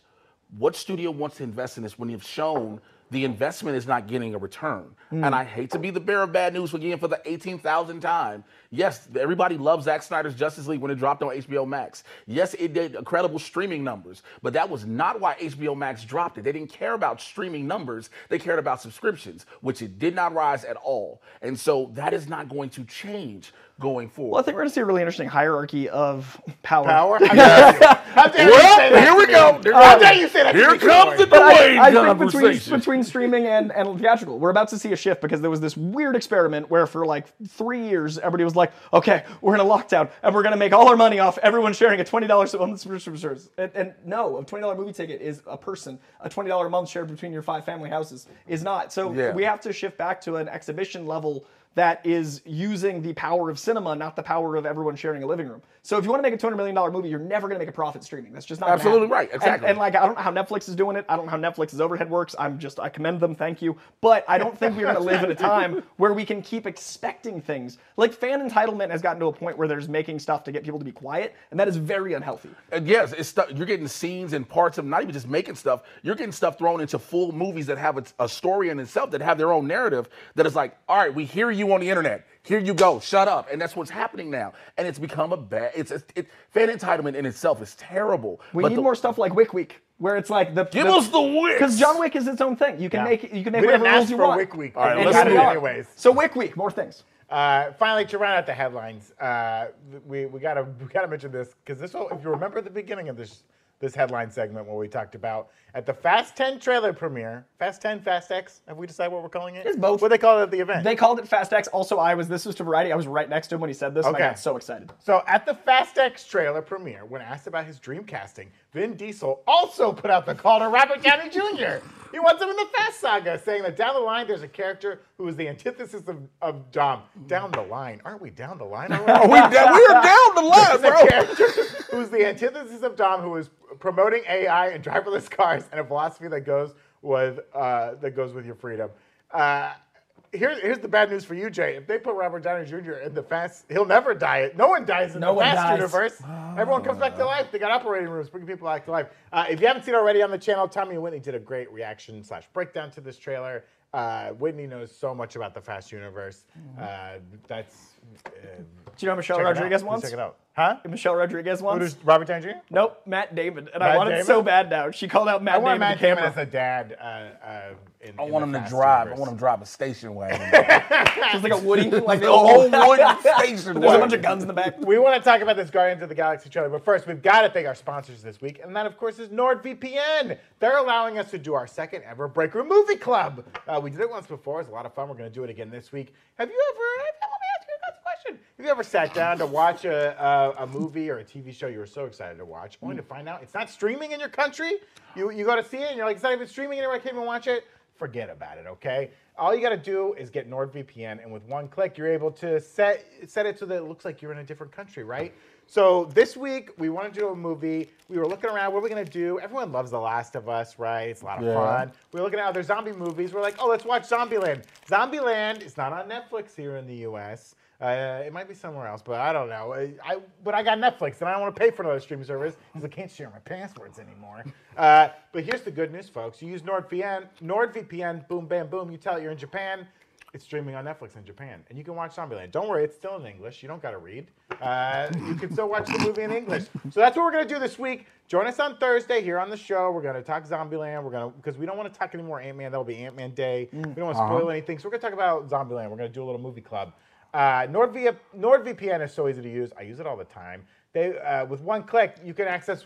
C: what studio wants to invest in this when you've shown the investment is not getting a return.
B: Hmm.
C: And I hate to be the bearer of bad news again for the 18,000th time. Yes, everybody loves Zack Snyder's Justice League when it dropped on HBO Max. Yes, it did incredible streaming numbers, but that was not why HBO Max dropped it. They didn't care about streaming numbers, they cared about subscriptions, which it did not rise at all. And so that is not going to change going forward.
B: Well, I think we're going to see a really interesting hierarchy of power. [LAUGHS]
A: Power? How dare you? How dare you say
C: Well,
A: that
C: here
A: to
C: we
A: me?
C: go. There-
A: How dare you say that? to
C: Here
A: me,
C: comes the
A: Floyd?
B: But
C: delayed
B: I, I think between,
C: conversation.
B: between streaming and, and theatrical, we're about to see a shift because there was this weird experiment where for like three years, everybody was like, okay, we're in a lockdown and we're going to make all our money off everyone sharing a $20 a month subscription service. And, and no, a $20 movie ticket is a person. A $20 a month shared between your five family houses is not. So
C: Yeah.
B: we have to shift back to an exhibition level that is using the power of cinema, not the power of everyone sharing a living room. So if you want to make a $200 million movie, you're never going to make a profit streaming. That's just not gonna
C: Absolutely
B: happen.
C: right.
B: And-
C: Exactly.
B: and, like I don't know how Netflix is doing it. I don't know how Netflix's overhead works. I'm just I commend them, thank you. But I don't think we're gonna live in
A: [LAUGHS]
B: a time where we can keep expecting things. Like fan entitlement has gotten to a point where there's making stuff to get people to be quiet, and that is very unhealthy.
C: And yes, it's stuff. You're getting scenes and parts of not even just making stuff. You're getting stuff thrown into full movies that have a, a story in itself, that have their own narrative. That is like, all right, we hear you on the internet. Here you go. Shut up. And that's what's happening now. And it's become a bad. It's a, it, fan entitlement in itself is terrible.
B: We
C: But
B: need
C: the-
B: more stuff like Wick Week, where it's like the
C: Give us the wicks.
B: because John Wick is its own thing. You can
A: Yeah.
B: make you can
A: We
B: make
A: didn't
B: whatever rules
A: ask
B: you
A: for
B: want.
A: Wick Week.
C: All right,
B: And
C: let's
B: here
C: do
B: we
C: it
B: are.
A: anyways.
B: So Wick Week, more things.
A: Uh, finally, to round out the headlines, uh, we, we gotta [LAUGHS] we gotta mention this because this will, if you remember at the beginning of this this headline segment where we talked about at the Fast 10 trailer premiere, Fast 10, Fast X. Have we decided what we're calling it?
B: It's both.
A: What they call it at the event?
B: They called it Fast X. Also, I was this was to Variety. I was right next to him when he said this, and
A: Okay.
B: I got so excited.
A: So at the Fast X trailer premiere, when asked about his dream casting, Vin Diesel also put out the call to Robert Downey Jr. He wants him in the Fast Saga, saying that down the line there's a character who is the antithesis of, of Dom. Down the line, aren't we down the line already?
B: [LAUGHS]
C: We, we are down the line,
A: There's
C: bro.
A: a character who's the antithesis of Dom, who is promoting AI and driverless cars and a philosophy that goes with uh, that goes with your freedom. Uh, here's here's the bad news for you, Jay. If they put Robert Downey Jr. in the fast, he'll never die. No one dies in
B: No
A: the
B: one
A: fast
B: dies. Oh.
A: universe. Everyone comes back to life. They got operating rooms, bringing people back to life. Uh, if you haven't seen already on the channel, Tommy and Whitney did a great reaction slash breakdown to this trailer. Uh, Whitney knows so much about the fast universe.
B: Mm-hmm.
A: Uh, that's. Uh,
B: Do you know Michelle
A: check it out.
B: Rodriguez
A: Please
B: wants?
A: Check it out, huh?
B: Michelle Rodriguez
A: Who
B: wants?
A: does Robert Downey Jr.
B: Nope, Matt Damon. And I
A: Matt
B: want it
A: Damon?
B: so bad now. She called out Matt
A: I want
B: Damon
A: Matt
B: to camera.
A: Damon as a dad. Uh, uh, in,
C: I
A: in
C: want him
A: the
C: to
A: Fast
C: drive. I
A: universe.
C: want him to drive a
B: [LAUGHS]
C: station wagon.
B: She's like a Woody. Like
C: the
B: [LAUGHS]
C: whole wooden station wagon.
B: There's a bunch of guns in the back.
A: We want to talk about this Guardians of the Galaxy trailer, but first, we've got to thank our sponsors this week, and that, of course, is NordVPN. They're allowing us to do our second ever Break Room Movie Club. Uh, we did it once before; it's a lot of fun. We're going to do it again this week. Have you ever? Let me ask you this question: Have you ever sat down to watch a, a, a movie or a TV show you were so excited to watch, only to find out it's not streaming in your country? You you go to see it, and you're like, it's not even streaming anywhere. I can't even watch it forget about it, okay? All you gotta do is get NordVPN, and with one click, you're able to set set it so that it looks like you're in a different country, right? So this week we want to do a movie. We were looking around, what are we gonna do? Everyone loves The Last of Us, right? It's a lot of
C: Yeah.
A: fun. We are looking at other zombie movies. We're like, oh, let's watch Zombieland. Zombieland is not on Netflix here in the U.S. Uh, it might be somewhere else, but I don't know. I, I- but I got Netflix, and I don't want to pay for another streaming service because I can't share my passwords anymore. Uh, but here's the good news, folks: you use NordVPN, NordVPN, boom, bam, boom. You tell it you're in Japan. It's streaming on Netflix in Japan, and you can watch Zombieland. Don't worry, it's still in English. You don't got to read. Uh, you can still watch the movie in English. So that's what we're gonna do this week. Join us on Thursday here on the show. We're gonna talk Zombieland. We're gonna because we don't want to talk anymore Ant Man. That'll be Ant Man Day. We don't want to spoil anything. So we're gonna talk about Zombieland. We're gonna do a little movie club. Uh, NordVPN, NordVPN is so easy to use. I use it all the time. They uh, with one click you can access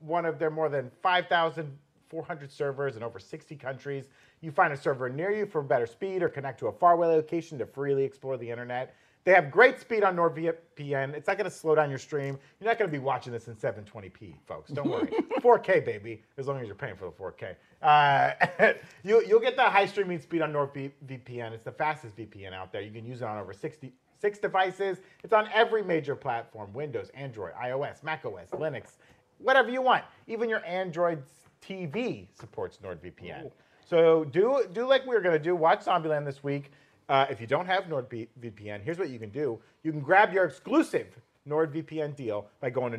A: one of their more than five thousand 400 servers in over 60 countries. You find a server near you for better speed or connect to a faraway location to freely explore the internet. They have great speed on NordVPN. It's not going to slow down your stream. You're not going to be watching this in 720p, folks. Don't worry. 4K, baby, as long as you're paying for the 4K. Uh, [LAUGHS] you, you'll get the high streaming speed on NordVPN. It's the fastest VPN out there. You can use it on over 60, six devices. It's on every major platform Windows, Android, iOS, macOS, Linux, whatever you want. Even your Android TV supports NordVPN. So do do like we were gonna do. Watch Zombieland this week. Uh, if you don't have NordVPN, here's what you can do: you can grab your exclusive NordVPN deal by going to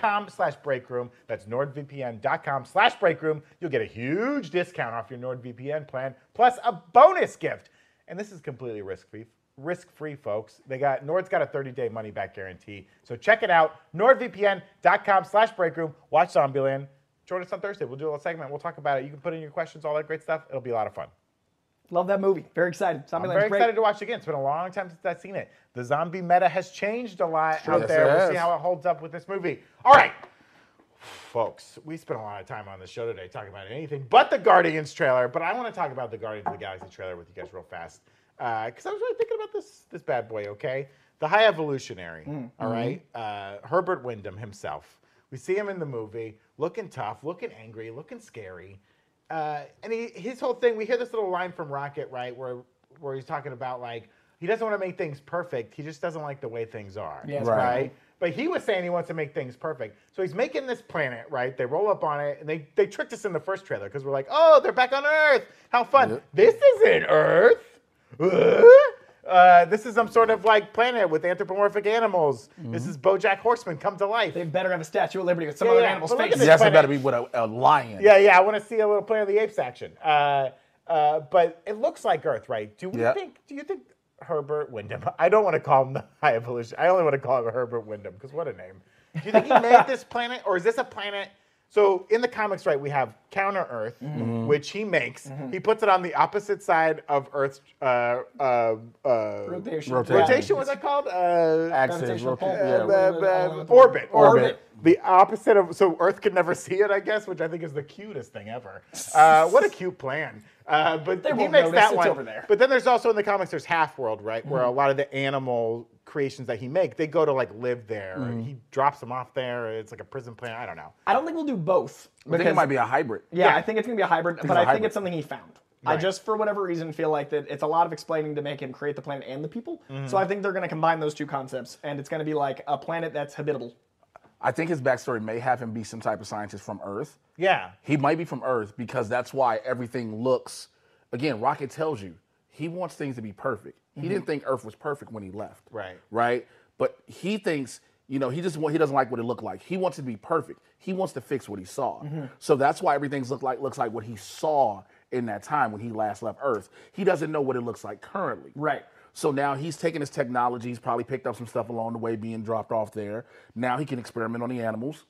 A: nordvpn.com/breakroom. That's nordvpn.com/breakroom. You'll get a huge discount off your NordVPN plan, plus a bonus gift. And this is completely risk free. Risk free, folks. They got Nord's got a 30-day money-back guarantee. So check it out. NordVPN.com/slash breakroom. Watch Zombieland. Join us on Thursday. We'll do a little segment. We'll talk about it. You can put in your questions, all that great stuff. It'll be a lot of fun.
B: [LAUGHS] Love that movie. Very excited. Zombieland's
A: I'm very
B: great.
A: excited to watch it again. It's been a long time since I've seen it. The zombie meta has changed a lot out
C: Yes,
A: there.
C: it
A: We'll see
C: has.
A: how it holds up with this movie. All right. Folks, we spent a lot of time on the show today talking about anything but the Guardians trailer. But I want to talk about the Guardians of the Galaxy trailer with you guys real fast because I was really thinking about this this bad boy. Okay, the High Evolutionary. all right, uh, Herbert Wyndham himself. We see him in the movie, looking tough, looking angry, looking scary. Uh, and he, his whole thing, we hear this little line from Rocket, right, where where he's talking about like he doesn't want to make things perfect. He just doesn't like the way things are.
B: Yeah, that's
C: Right.
A: right right? But he was saying he wants to make things perfect. So he's making this planet, right? They roll up on it and they, they tricked us in the first trailer because we're like, oh, they're back on Earth. How fun.
C: Yep.
A: This isn't Earth. Uh, this is some sort of like planet with anthropomorphic animals. This is Bojack Horseman come to life.
B: They better have a Statue of Liberty with some
A: Yeah,
B: other
A: yeah,
B: animal's
A: but look at
B: face.
A: this
C: Yes,
A: But
C: it better
A: it-
C: be with a, a lion.
A: Yeah, yeah. I want to see a little Planet of the Apes action. Uh, uh, but it looks like Earth, right? Do we
C: Yeah.
A: think? Do you think Herbert Wyndham? [LAUGHS] I don't want to call him the High Evolution. I only want to call him Herbert Wyndham because what a name. Do you think he
C: [LAUGHS]
A: made this planet, or is this a planet? So in the comics, right, we have Counter Earth,
C: Mm-hmm.
A: which he makes. He puts it on the opposite side of Earth's uh, uh, uh,
B: Rotation.
C: Rotation.
A: rotation. Was that called? Uh,
C: Axis.
B: Gravitational
C: rotate-
B: pull.
C: yeah,
B: Uh,
A: uh, uh, orbit, orbit,
B: Orbit.
A: The opposite of so Earth could never see it, I guess, which I think is the cutest thing
B: [LAUGHS]
A: ever. Uh, what a cute plan! Uh, but
B: They
A: he
B: won't
A: makes
B: notice.
A: that
B: It's
A: one.
B: over there. Mm-hmm.
A: But then there's also in the comics there's Half World, right, where a lot of the animal creations that he make they go to like live there.
B: Mm-hmm.
A: He drops them off there. It's like a prison planet. I don't know.
B: I don't think we'll do both.
C: I think it might be a hybrid.
B: Yeah,
A: Yeah.
B: I think it's gonna be a hybrid, but
C: a
B: I
C: hybrid.
B: think it's something he found. I
A: Right.
B: just, for whatever reason, feel like that it's a lot of explaining to make him create the planet and the people. So I think they're gonna combine those two concepts, and it's gonna be like a planet that's habitable.
C: I think his backstory may have him be some type of scientist from Earth.
A: Yeah.
C: He might be from Earth because that's why everything looks. Again, Rocket tells you he wants things to be perfect. He didn't think Earth was perfect when he left.
A: Right.
C: Right. But he thinks, you know, he just want, he doesn't like what it looked like. He wants it to be perfect. He wants to fix what he saw. So that's why everything's look like looks like what he saw in that time when he last left Earth. He doesn't know what it looks like currently.
B: Right.
C: So now he's taking his technology. He's probably picked up some stuff along the way, being dropped off there. Now he can experiment on the animals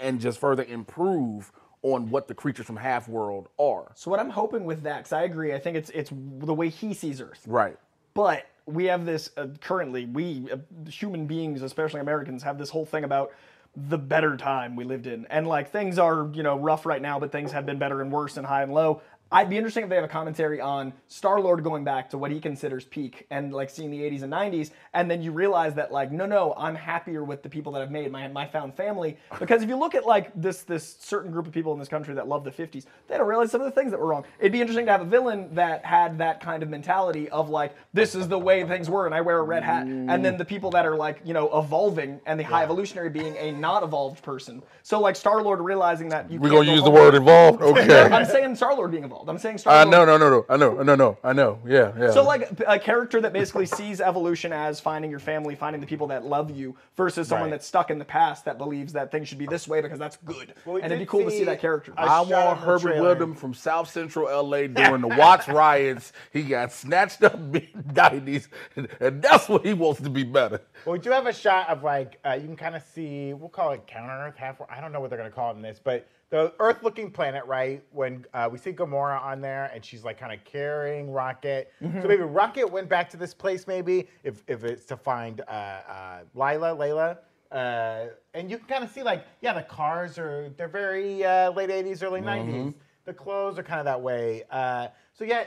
C: and just further improve on what the creatures from Half World are.
B: So what I'm hoping with that, because I agree, I think it's it's the way he sees Earth.
C: Right.
B: But we have this uh, currently. We uh, human beings, especially Americans, have this whole thing about the better time we lived in, and like things are you know rough right now, but things have been better and worse and high and low. I'd be interesting if they have a commentary on Star Lord going back to what he considers peak and like seeing the 80s and 90s, and then you realize that like no no I'm happier with the people that I've made my my found family because if you look at like this this certain group of people in this country that love the 50s they don't realize some of the things that were wrong. It'd be interesting to have a villain that had that kind of mentality of like this is the way things were and I wear a red hat and then the people that are like you know evolving and the high evolutionary being a not evolved person. So like Star Lord realizing that you
D: We're
B: can't
D: gonna
B: go
D: use the
B: forward.
D: word
C: [LAUGHS]
D: involved.
B: [LAUGHS] I'm
D: Okay.
B: saying Star Lord being evolved. I'm saying Star
D: I
B: Lord.
D: know, no, no, no. I know, no, no. I know. Yeah, yeah.
B: So like a character that basically sees evolution as finding your family, finding the people that love you, versus someone
A: Right.
B: that's stuck in the past that believes that things should be this way because that's good.
A: Well, we
B: and it'd be
A: did
B: cool to see
A: see
B: that character.
A: a
C: I
A: shot
C: want
A: in the
C: Herbert
A: trailer.
C: Wyndham from South Central LA during the
D: [LAUGHS]
C: Watts riots. He got snatched up [LAUGHS] mid 90s, and, and that's what he wants to be better.
A: Well, we do have a shot of like uh, you can kind of see. We'll call it counter Earth, half. I don't know what they're gonna call it in this, but the Earth-looking planet, right? When uh, we see Gamora on there, and she's like kind of carrying Rocket. So maybe Rocket went back to this place, maybe if if it's to find uh, uh, Lila, Layla. Uh, and you can kind of see like yeah, the cars are they're very uh, late '80s, early '90s. The clothes are kind of that way. Uh, so yeah,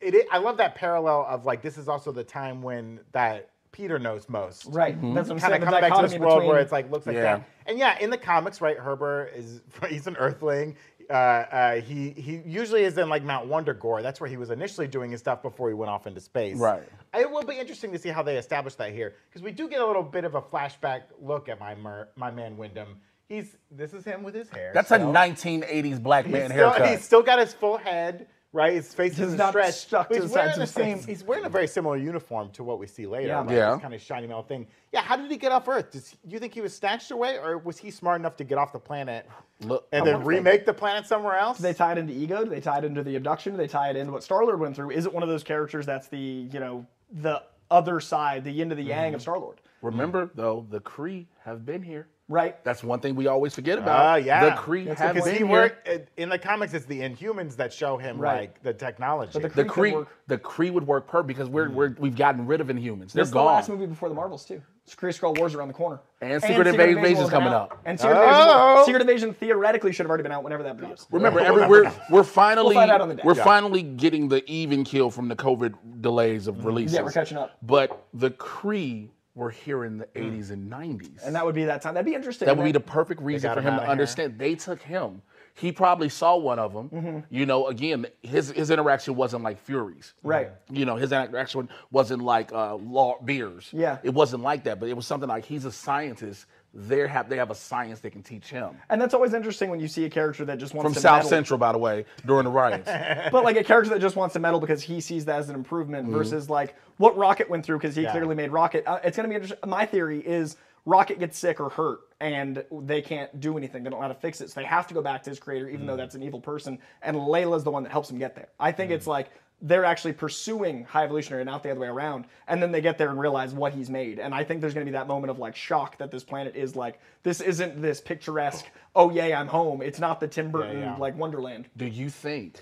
A: it, i I love that parallel of like this is also the time when that Peter knows most.
B: Right. That's what I'm
A: Kind
B: saying.
A: of
B: the
A: coming Mm-hmm. back to this
B: dichotomy
A: world where
B: between-
A: it's like looks like
C: Yeah.
A: that. And yeah, in the comics, right? Herber is [LAUGHS] he's an Earthling. Uh, uh, he he usually is in like Mount Wondergore. That's where he was initially doing his stuff before he went off into space.
C: Right.
A: It will be interesting to see how they establish that here because we do get a little bit of a flashback look at my mer- my man Wyndham. He's this is him with his hair.
C: That's a 1980s black man
A: He's still-
C: haircut.
A: He's still got his full head, right? His face
B: He's
A: is
B: not
A: stretched.
B: stuck
A: but
B: to
A: he's
B: the
A: wearing
B: sides
A: the
B: of his
A: same.
B: face.
A: He's wearing a very similar uniform to what we see later.
B: Yeah.
A: right?
C: Yeah.
A: This kind of shiny metal thing. Yeah. How did he get off Earth? Does, do you think he was snatched away, or was he smart enough to get off the planet
C: Look,
A: and
C: I
A: then
C: wonder if
A: remake the planet somewhere else?
B: they tie it into ego. Do they tie it into the abduction? Do they tie it into what Star Lord went through? Is it one of those characters that's the you know the other side, the yin to the
A: Mm-hmm.
B: yang of Star Lord?
C: Remember, though, the Cree have been here.
B: Right.
C: That's one thing we always forget about.
A: Ah, yeah.
C: The Cree
A: That's
C: have
A: because
C: been
A: he
C: here.
A: worked in- in the comics. It's the Inhumans that show him
B: Right.
A: like the technology.
B: the
C: the
B: Kree could
C: Cree,
B: work.
C: the Cree would work perfect because we're, we're we've gotten rid of Inhumans. They're
B: It's the
C: gone.
B: last movie before the Marvels too. Kree Skrull Wars around the corner.
C: And Secret Invasion
B: will
C: is
B: come
C: coming
B: out.
C: up.
B: And Secret,
A: Oh!
B: Invasion, Secret Invasion theoretically should have already been out whenever that drops.
C: Remember, every, we're we're finally
B: find out on the day.
C: we're
B: Yeah.
C: finally getting the even kill from the COVID delays of releases.
B: Mm. Yeah, we're catching up.
C: But the Cree were here in the 80s and 90s.
B: Mm. And that would be that time. That'd be interesting.
C: That would be the perfect reason
A: got
C: for
A: him
C: him
A: outta
C: to
A: here.
C: understand. They took him. He probably saw one of them.
B: Mm-hmm.
C: You know, again, his his interaction wasn't like Fury's.
B: Right.
C: You know, his interaction wasn't like uh, Law Beers.
B: Yeah.
C: It wasn't like that, but it was something like he's a scientist. They have they have a science they can teach him.
B: And that's always interesting when you see a character that just wants
C: From
B: to
C: South
B: meddle.
C: Central, by the way, during the [LAUGHS] riots.
B: but like a character that just wants to meddle because he sees that as an improvement versus like what Rocket went through because he clearly made Rocket. Uh, it's gonna be interesting. My theory is Rocket gets sick or hurt and they can't do anything. They don't know how to fix it, so they have to go back to his creator, even though that's an evil person. And Layla's the one that helps him get there. I think it's like. They're actually pursuing high evolutionary, not the other way around. And then they get there and realize what he's made. And I think there's going to be that moment of like shock that this planet is like this isn't this picturesque. Oh yay, I'm home. It's not the Tim Burton
A: yeah.
B: like Wonderland.
C: Do you think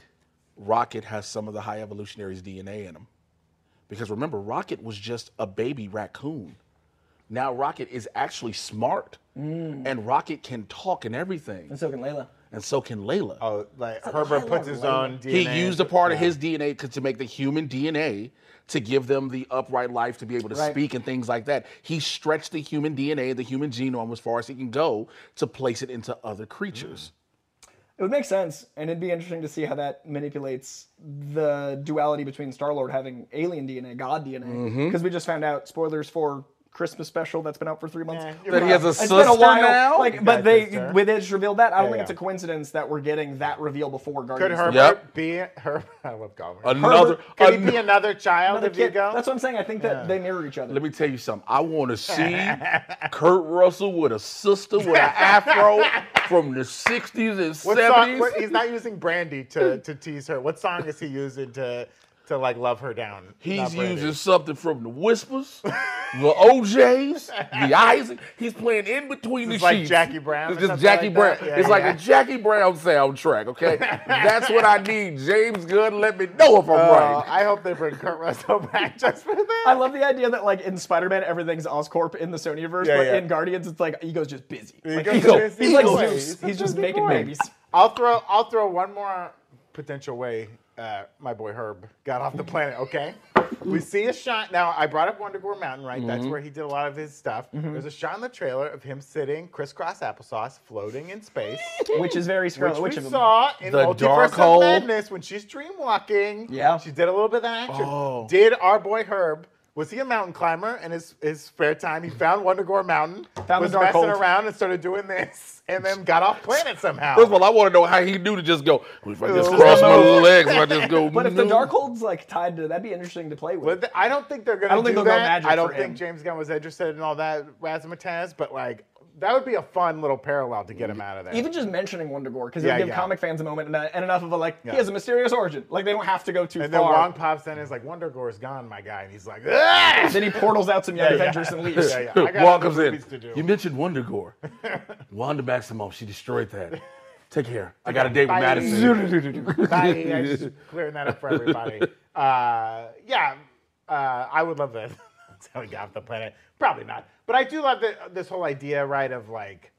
C: Rocket has some of the high evolutionaries' DNA in him? Because remember, Rocket was just a baby raccoon. Now Rocket is actually smart, and Rocket can talk and everything,
B: And so can Layla.
C: and so can Layla.
A: oh, like Herbert puts his own
C: he
A: DNA.
C: used a part of his DNA c- to make the human DNA to give them the upright life to be able to
B: Right.
C: speak and things like that. He stretched the human DNA, the human genome, as far as he can go to place it into other creatures.
B: It would make sense, and it'd be interesting to see how that manipulates
D: Mm-hmm.
B: the duality between Star Lord having alien DNA, God DNA, because we just found out spoilers for Christmas special that's been out for three months.
A: Yeah, you're
D: That he has a
B: It's
D: sister
B: been a while.
D: now.
B: Like,
A: got a
B: but they
A: sister.
B: with it revealed that. I don't
A: Yeah,
B: think
A: yeah.
B: it's a coincidence that we're getting that reveal before
A: Could
B: Guardians.
A: Herbert
D: Yep.
A: be her? [LAUGHS] I love Goblin.
C: Mm.
D: another.
A: Could
D: an-
A: he be another child
B: Another
A: of
B: kid-
A: Vigo?
B: That's what I'm saying. I think that they mirror each other.
D: Let me tell you something. I want to see
C: [LAUGHS] Kurt Russell with a sister with an [LAUGHS] afro from the 60s and
A: what song?
C: 70s.
A: what- he's not using Brandy to, to tease her. What song is he using to to like love her down? Not
C: He's
A: Brandy.
C: using something from the Whispers, the OJs,
A: [LAUGHS]
C: the Isaac. He's playing in between the
A: It's like
C: sheets.
A: Jackie Brown
C: It's
A: or
C: just
A: something
C: Jackie
A: like
C: Brown.
A: that? Yeah,
C: it's like
A: yeah.
C: a Jackie Brown
A: [LAUGHS]
C: soundtrack. Okay, that's what I need. James Good, let me know if I'm
A: Oh,
C: right.
A: I hope they bring Kurt Russell [LAUGHS] back just for that.
B: I love the idea that like in Spider-Man everything's Oscorp in the Sony universe,
A: Yeah,
B: but
A: yeah.
B: in Guardians it's like Ego's just busy. Like,
A: Ego's
B: Ego-
A: busy.
B: he's like
A: Ego
B: Zeus.
A: is.
B: He's,
A: He's a
B: just
A: busy
B: making
A: boy.
B: babies.
A: I'll throw I'll throw one more potential way uh, my boy Herb got off the planet. Okay, we see a shot now. I brought up Wonder Gore Mountain, right? That's
C: Mm-hmm.
A: where he did a lot of his stuff. There's a shot in the trailer of him sitting crisscross applesauce, floating in space,
B: Which is very
A: which
B: Scarlet
A: we
B: Witch of them.
A: saw in
D: The
A: Multiverse
D: dark
A: of
D: hole.
A: Madness when she's dreamwalking.
B: Yeah.
A: she did a little bit of that action. Did our boy Herb? Was he a mountain climber in his, his spare time? He found Wonder Gore Mountain,
B: Found
A: was
B: the dark
A: messing
B: hole.
A: around and started doing this, and then got off planet somehow.
C: First of all, I want to know how he knew to just go. If I just
A: Ooh.
C: cross my legs, if I just go.
B: But if the
C: no.
B: Darkhold's like tied to that'd be interesting to play with.
A: But th- I don't think they're gonna.
B: I don't think
A: do
B: they'll go
A: that.
B: magic
A: I don't
B: for
A: think
B: him.
A: James Gunn was interested in all that razzmatazz, but like that would be a fun little parallel to get him out of there.
B: Even just mentioning Wonder Gore, because
A: Yeah,
B: it'll give
A: yeah.
B: comic fans a moment and, uh, and enough of a like,
A: Yeah.
B: he has a mysterious origin. Like they don't have to go too
A: and then
B: far.
A: Wong pops in and is like, "Wonder Gore's gone, my guy," and he's like, "Ah!"
B: [LAUGHS] Then he portals out some young Avengers
A: [LAUGHS]
B: and leaves.
A: Yeah, yeah. I got
C: Wong
A: other
C: comes in.
A: movies to do.
C: You mentioned Wonder
A: [LAUGHS]
C: Gore. Wanda Maximoff, she destroyed that. Take care. I got a date with
A: Bye.
C: Madison.
A: [LAUGHS] Bye.
B: [LAUGHS]
A: I'm just clearing that up for everybody. Uh, yeah, uh, I would love that. [LAUGHS] That's how we got off the planet. Probably not, but I do love that this whole idea, right, of like.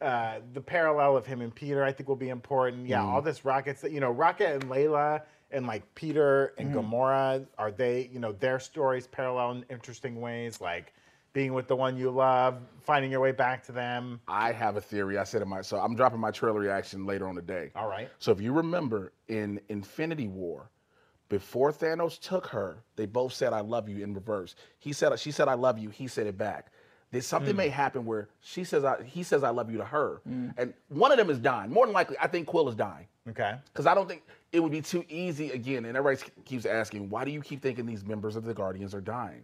A: Uh, the parallel of him and Peter, I think, will be important.
B: Mm.
A: Yeah, all this Rocket's, you know, Rocket and Layla and like Peter and
B: Mm.
A: Gamora, are they, you know, their stories parallel in interesting ways, like being with the one you love, finding your way back to them.
C: I have a theory. I said in my so I'm dropping my trailer reaction later on today.
A: All right.
C: So if you remember in Infinity War, before Thanos took her, they both said I love you in reverse. He said she said I love you, he said it back. There's something may
A: Hmm.
C: happen where she says I, he says I love you to her. And one of them is dying. More than likely, I think Quill is dying.
A: Okay.
C: Because I don't think it would be too easy again. And everybody keeps asking, why do you keep thinking these members of the Guardians are dying?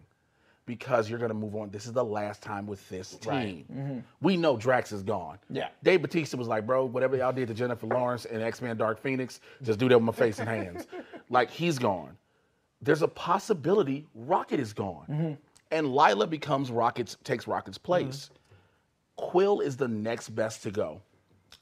C: Because you're going to move on. This is the last time with this team. We know Drax is gone.
B: Yeah.
C: Dave Batista was like, bro, whatever y'all did to Jennifer Lawrence and X Men Dark Phoenix, just do that with my face and hands. Like, he's gone. There's a possibility Rocket is gone. And Lila becomes Rocket's, takes Rocket's place. Quill is the next best to go.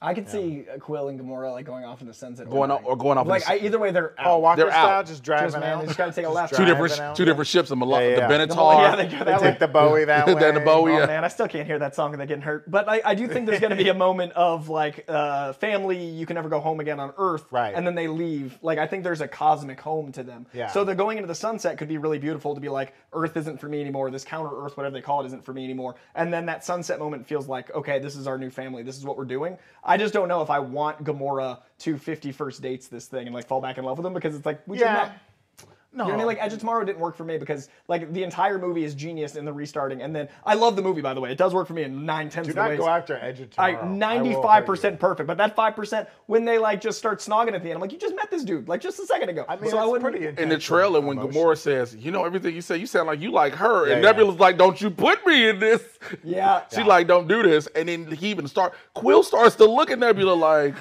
B: I could see uh, Quill and Gamora like going off in the sunset.
C: Going off- or going off in
B: Like
C: the sun-
B: I, either way, they're out.
A: Paul Walker
C: They're out.
A: style, [LAUGHS] just driving
B: man,
A: out.
B: they just gotta take a left.
C: Two
B: Driving
C: different,
A: out.
C: two different ships, the, Mala-
A: Yeah, yeah.
C: the
A: The
C: Benatar.
B: yeah, they got
A: They take the Bowie [LAUGHS] that way.
C: Then the Bowie,
B: Oh
C: yeah.
B: man, I still can't hear that song and they're getting hurt. But I, I do think there's going to be a moment of like uh, family, you can never go home again on Earth.
A: Right.
B: And then they leave. Like I think there's a cosmic home to them.
A: Yeah.
B: So the going into the sunset could be really beautiful to be like Earth isn't for me anymore. This counter Earth, whatever they call it, isn't for me anymore. And then that sunset moment feels like okay, this is our new family. This is what we're doing. I just don't know if I want Gamora to 51st dates this thing and like fall back in love with him because it's like we
A: Yeah.
B: just met. No. You know what I mean? Like Edge of Tomorrow didn't work for me because like the entire movie is genius in the restarting. And then I love the movie by the way. It does work for me in nine tenths
A: Do
B: of the
A: not
B: ways.
A: go after Edge of Tomorrow.
B: I
A: I will hurt
B: ninety-five
A: you.
B: percent perfect, but that five percent when they like just start snogging at the end, I'm like, you just met this dude like just a second ago.
A: I mean,
B: so I
A: it's
B: wouldn't.
A: pretty
C: in the
A: intense
C: trailer when
A: emotion.
C: Gamora says, "You know everything you say. You sound like you like her," and
A: Yeah, yeah.
C: Nebula's like, "Don't you put me in this?"
B: Yeah.
C: she like, "Don't do this." And then he even start. Quill starts to look at Nebula like,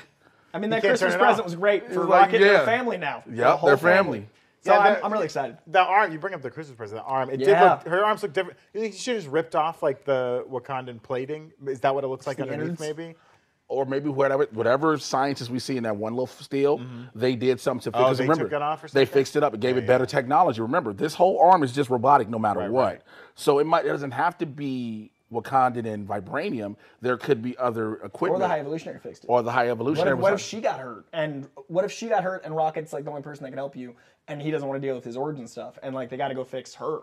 B: I mean, that
A: can't turn it
B: Christmas
A: off.
B: present was great for
C: like,
B: Rocket and
C: yeah.
B: their family now.
C: "Yep,
B: whole
C: they're family."
B: So
A: Yeah,
B: I'm,
A: the-
B: I'm really excited.
A: The arm, you bring up the Christmas present. The arm, it did
B: Yeah.
A: look. Her arms look different. You think she just ripped off like the Wakandan plating? Is that what it looks like
B: the
A: underneath?
B: innards?
A: Maybe.
C: Or maybe whatever whatever scientists we see in that one little steal, they did something to fix
A: Mm-hmm. Oh,
C: it.
A: they
C: remember,
A: took it off or
C: they
A: something?
C: fixed it up. It gave it better technology. Remember, this whole arm is just robotic, no matter what.
A: right.
C: So it might it doesn't have to be Wakandan and vibranium. There could be other
B: Or
C: equipment,
B: the High Evolutionary fixed it.
C: or the high evolutionary.
B: What if,
C: was
B: what
C: like-
B: if she got hurt? And what if she got hurt and Rocket's like the only person that can help you and he doesn't want to deal with his origin stuff and like they got to go fix her?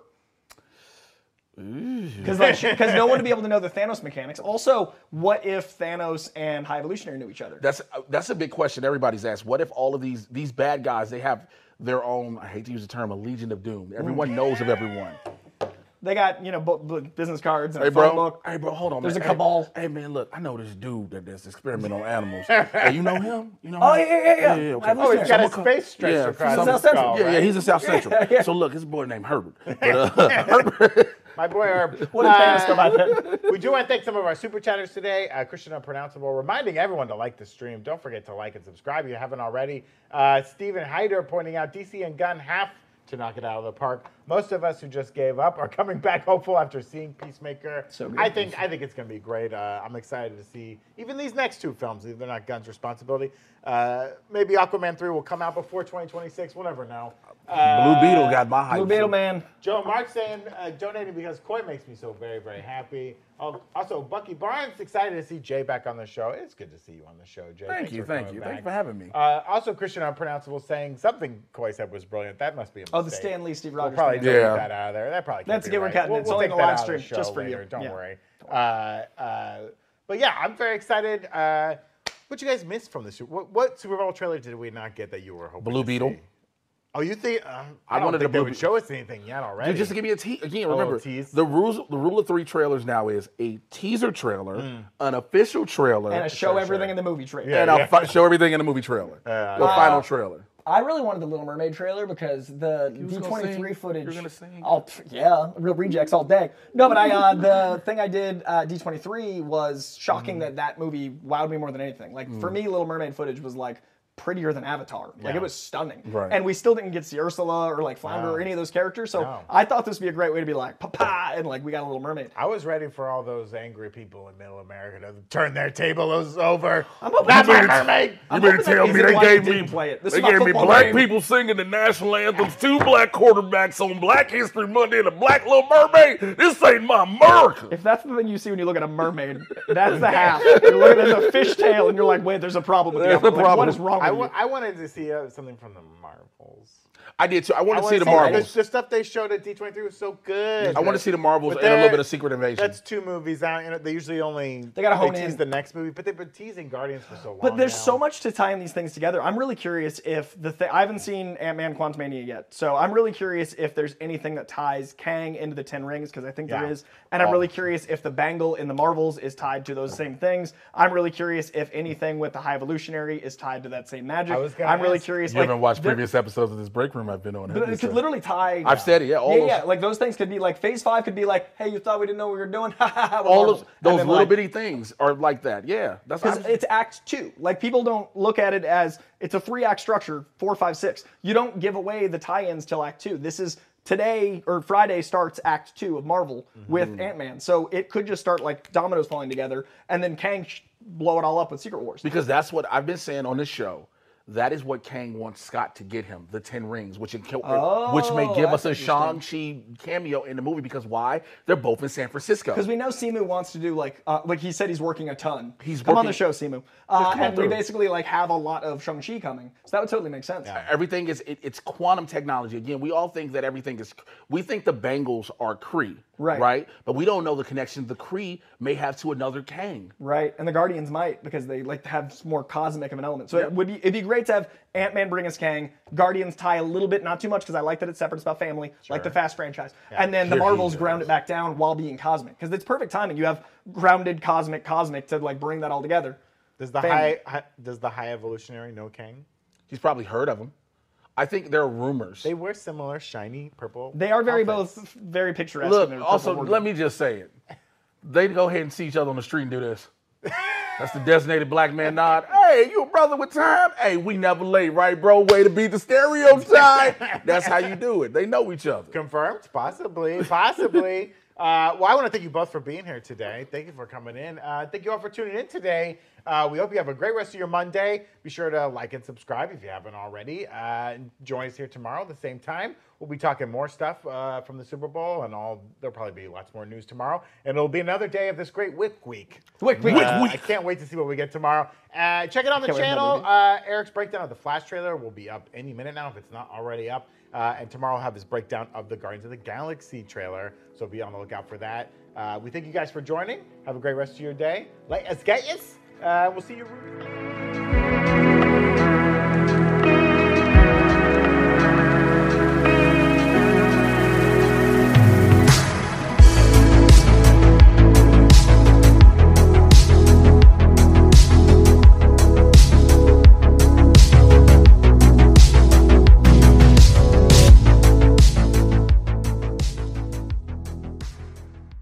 B: Because like, because no one would be able to know the Thanos mechanics. Also, what if Thanos and High Evolutionary knew each other?
C: That's uh, that's a big question everybody's asked. What if all of these these bad
B: Mm.
C: guys they have their own I hate to use the term a legion of doom. Everyone knows of everyone.
B: They got you know bu- bu- business cards and
C: Hey
B: a phone
C: bro,
B: book.
C: hey bro, hold on.
B: There's
C: man.
B: a
C: Hey-
B: cabal.
C: Hey, man, look, I know this dude that does
B: [LAUGHS]
C: experiment on animals. hey, you know him? You know
B: Oh,
C: him?
B: yeah, yeah, yeah.
C: okay.
B: I've
C: So I'm
B: listened
A: he's got
C: gonna
A: a
C: call-
A: space stretch
C: Yeah,
A: across his
C: some-
B: South Central.
A: skull,
C: Yeah, yeah,
A: right?
C: he's in South Central.
B: yeah.
C: So look, his boy
B: [LAUGHS]
C: named Herbert. But, uh, [LAUGHS] Herbert.
A: My boy Herb. Uh,
B: What did parents know about
A: [LAUGHS]
B: that?
A: we do want to thank some of our super chatters today. Uh, Christian Unpronounceable, reminding everyone to like the stream. Don't forget to like and subscribe if you haven't already. Uh, Steven Heider pointing out DC and Gunn have to knock it out of the park. Most of us who just gave up are coming back hopeful after seeing Peacemaker.
B: So good.
A: I think I think it's going to be great. Uh, I'm excited to see even these next two films. They're not Gunn's responsibility. Uh, maybe Aquaman 3 will come out before 2026. We'll never know.
C: Blue Beetle got my hype.
B: Blue Beetle Man.
A: Joe Mark saying uh, donating because Koi makes me so very, very happy. Al- Also, Bucky Barnes excited to see Jay back on the show. It's good to see you on the show, Jay.
C: Thank you,
A: for
C: thank
A: coming
C: you.
A: back.
C: Thank you for having me.
A: Uh, also, Christian Unpronounceable saying something Koi said was brilliant. That must be a mistake.
B: Oh, the Stan Lee, Steve
A: We'll
B: Rogers.
A: probably
B: thing.
A: delete
C: Yeah.
A: that out of there. That probably can't
B: That's
A: be
B: good, we're
A: right.
B: cutting
A: We'll,
B: it. It's
A: we'll
B: only
A: take
B: the
A: that out
B: live
A: of the
B: stream,
A: show
B: just for you.
A: later. Don't
B: Yeah.
A: worry. Uh, uh, but yeah, I'm very excited. Uh, what you guys missed from the Super? What, what Super Bowl trailer did we not get that you were hoping?
C: Blue
A: to
C: Beetle.
A: see? Oh, you think? Um, I,
C: I
A: don't
C: wanted
A: think
C: a
A: they
C: Blue
A: would
C: Be-
A: show us anything yet already.
C: Dude, just to give me Oh, a tease. Again, remember
A: tease.
C: the rules. The rule of three trailers now is a teaser trailer, an official trailer,
B: And a show everything in the movie trailer.
C: and
A: yeah.
C: a fi- show everything in the movie trailer, the final trailer.
B: I really wanted the Little Mermaid trailer because the
C: was gonna
B: D23
C: sing.
B: footage.
C: You were gonna sing.
B: Oh pff, yeah, real rejects all day. No, but I uh,
C: [LAUGHS]
B: the thing I did uh, D23 was shocking that that movie wowed me more than anything. Like
C: Mm.
B: for me, Little Mermaid footage was like prettier than Avatar. Like it was stunning.
C: Right.
B: And we still didn't get to see Ursula or like Flounder or any of those characters. So
A: No.
B: I thought this would be a great way to be like papa and like we got a Little Mermaid.
A: I was ready for all those angry people in Middle America to turn their tables over. I'm
B: hoping
A: Not
B: they
A: my
B: do.
A: mermaid.
C: You better tell
B: reason
C: me they
B: why they
C: gave me
B: didn't play it. This
C: they
B: is my
C: gave me
B: football
C: black
B: game.
C: people singing the national anthems, two black quarterbacks on Black History Monday, and a black little mermaid. This ain't my America.
B: If that's the thing you see when you look at a mermaid, that's
C: [LAUGHS]
B: the half. You look at a fishtail and you're like, wait, there's a problem with the
C: There's a
B: outfit. Like, what
C: problem.
B: is wrong with
A: I,
B: you?
A: wa- I wanted to see uh, something from the Marvels.
C: I did too. I wanted to see
A: wanted
C: the
A: like,
C: Marvels.
A: The, the stuff they showed at D23 was so good.
C: I want to see the Marvels
A: But
C: and a
A: they're-
C: little bit of Secret Invasion.
A: That's two movies out. You know, they usually only
B: They gotta hone
A: tease
B: in.
A: the next movie, but they've been teasing Guardians for so long.
C: Oh,
B: But there's
A: now.
B: so much to tying these things together. I'm really curious if the thing I haven't seen Ant Man Quantumania yet. So I'm really curious if there's anything that ties Kang into the Ten Rings, because I think there
A: Yeah.
B: is. And I'm really curious if the bangle in the Marvels is tied to those same things. I'm really curious if anything with the High Evolutionary is tied to that same magic.
A: I was gonna
B: I'm really
A: ask.
B: curious.
C: you
B: like,
C: haven't watched
B: the-
C: previous episodes of this break room I've been on. have
B: But
C: you,
B: it could
C: sir?
B: literally tie.
C: I've said it, yeah, all
B: yeah,
C: those-
B: yeah. Like those things could be like phase five could be like, hey, you thought we didn't know what we were doing. [LAUGHS]
C: all of those little bitty things are like that. Yeah, that's
B: Because
C: I'm-
B: it's act two. Like people don't look at it as it's a three act structure, four, five, six. You don't give away the tie ins till act two. This is today or Friday starts act two of Marvel
C: Mm-hmm.
B: with Ant Man. So it could just start like dominoes falling together and then Kang sh- blow it all up with Secret Wars.
C: because that's what I've been saying on this show. That is what Kang wants Scott to get him, the Ten Rings, which it, which may give us
B: Oh, that's
C: a Shang Chi cameo in the movie. Because why? They're both in San Francisco.
B: Because we know Simu wants to do like uh, like he said he's working a ton.
C: He's
B: come on
C: working-
B: the show, Simu, uh,
C: come on
B: and we
C: through.
B: basically like have a lot of Shang Chi coming, so that would totally make sense.
C: Everything is it, it's quantum technology. Again, we all think that everything is. We think the Bengals are Kree,
B: Right.
C: Right, but we don't know the connection the Kree may have to another Kang.
B: Right, and the Guardians might because they like to have more cosmic of an element. So it would be it'd be great to have Ant Man bring us Kang, Guardians tie a little bit, not too much because I like that it's separate, it's about family, like the Fast franchise, and then the
C: Here he
B: Marvels
C: goes.
B: ground it back down while being cosmic because it's perfect timing. You have grounded cosmic, cosmic to like bring that all together.
A: Does the high,
B: Family.
A: high does the high evolutionary know Kang?
C: He's probably heard of him. I think there are rumors.
A: They wear similar shiny purple.
B: They are very
A: outfits.
B: both very picturesque. in
C: Look,
B: their purple
C: also,
B: wardrobe.
C: let me just say it. They go ahead and see each other on the street and do this. That's the designated black man nod. Hey, you a brother with time? Hey, we never late, right, bro? Way to beat the stereotype. That's how you do it. They know each other.
A: Confirmed, possibly, possibly. uh, well, I want to thank you both for being here today. Thank you for coming in. Uh, thank you all for tuning in today. Uh, we hope you have a great rest of your Monday. Be sure to like and subscribe if you haven't already. Uh, and join us here tomorrow at the same time. We'll be talking more stuff uh, from the Super Bowl, and all there'll probably be lots more news tomorrow. And it'll be another day of this great Wick Week.
B: Wick Week.
A: Uh,
C: Wick
A: I
C: Week.
A: can't wait to see what we get tomorrow. Uh, check it on the
B: Can't wait for that
A: channel.
B: movie.
A: Uh, Eric's breakdown of the Flash trailer will be up any minute now if it's not already up. Uh, and tomorrow, I'll have his breakdown of the Guardians of the Galaxy trailer. So be on the lookout for that. Uh, we thank you guys for joining. Have a great rest of your day. Let us get yous. Uh, we'll see you.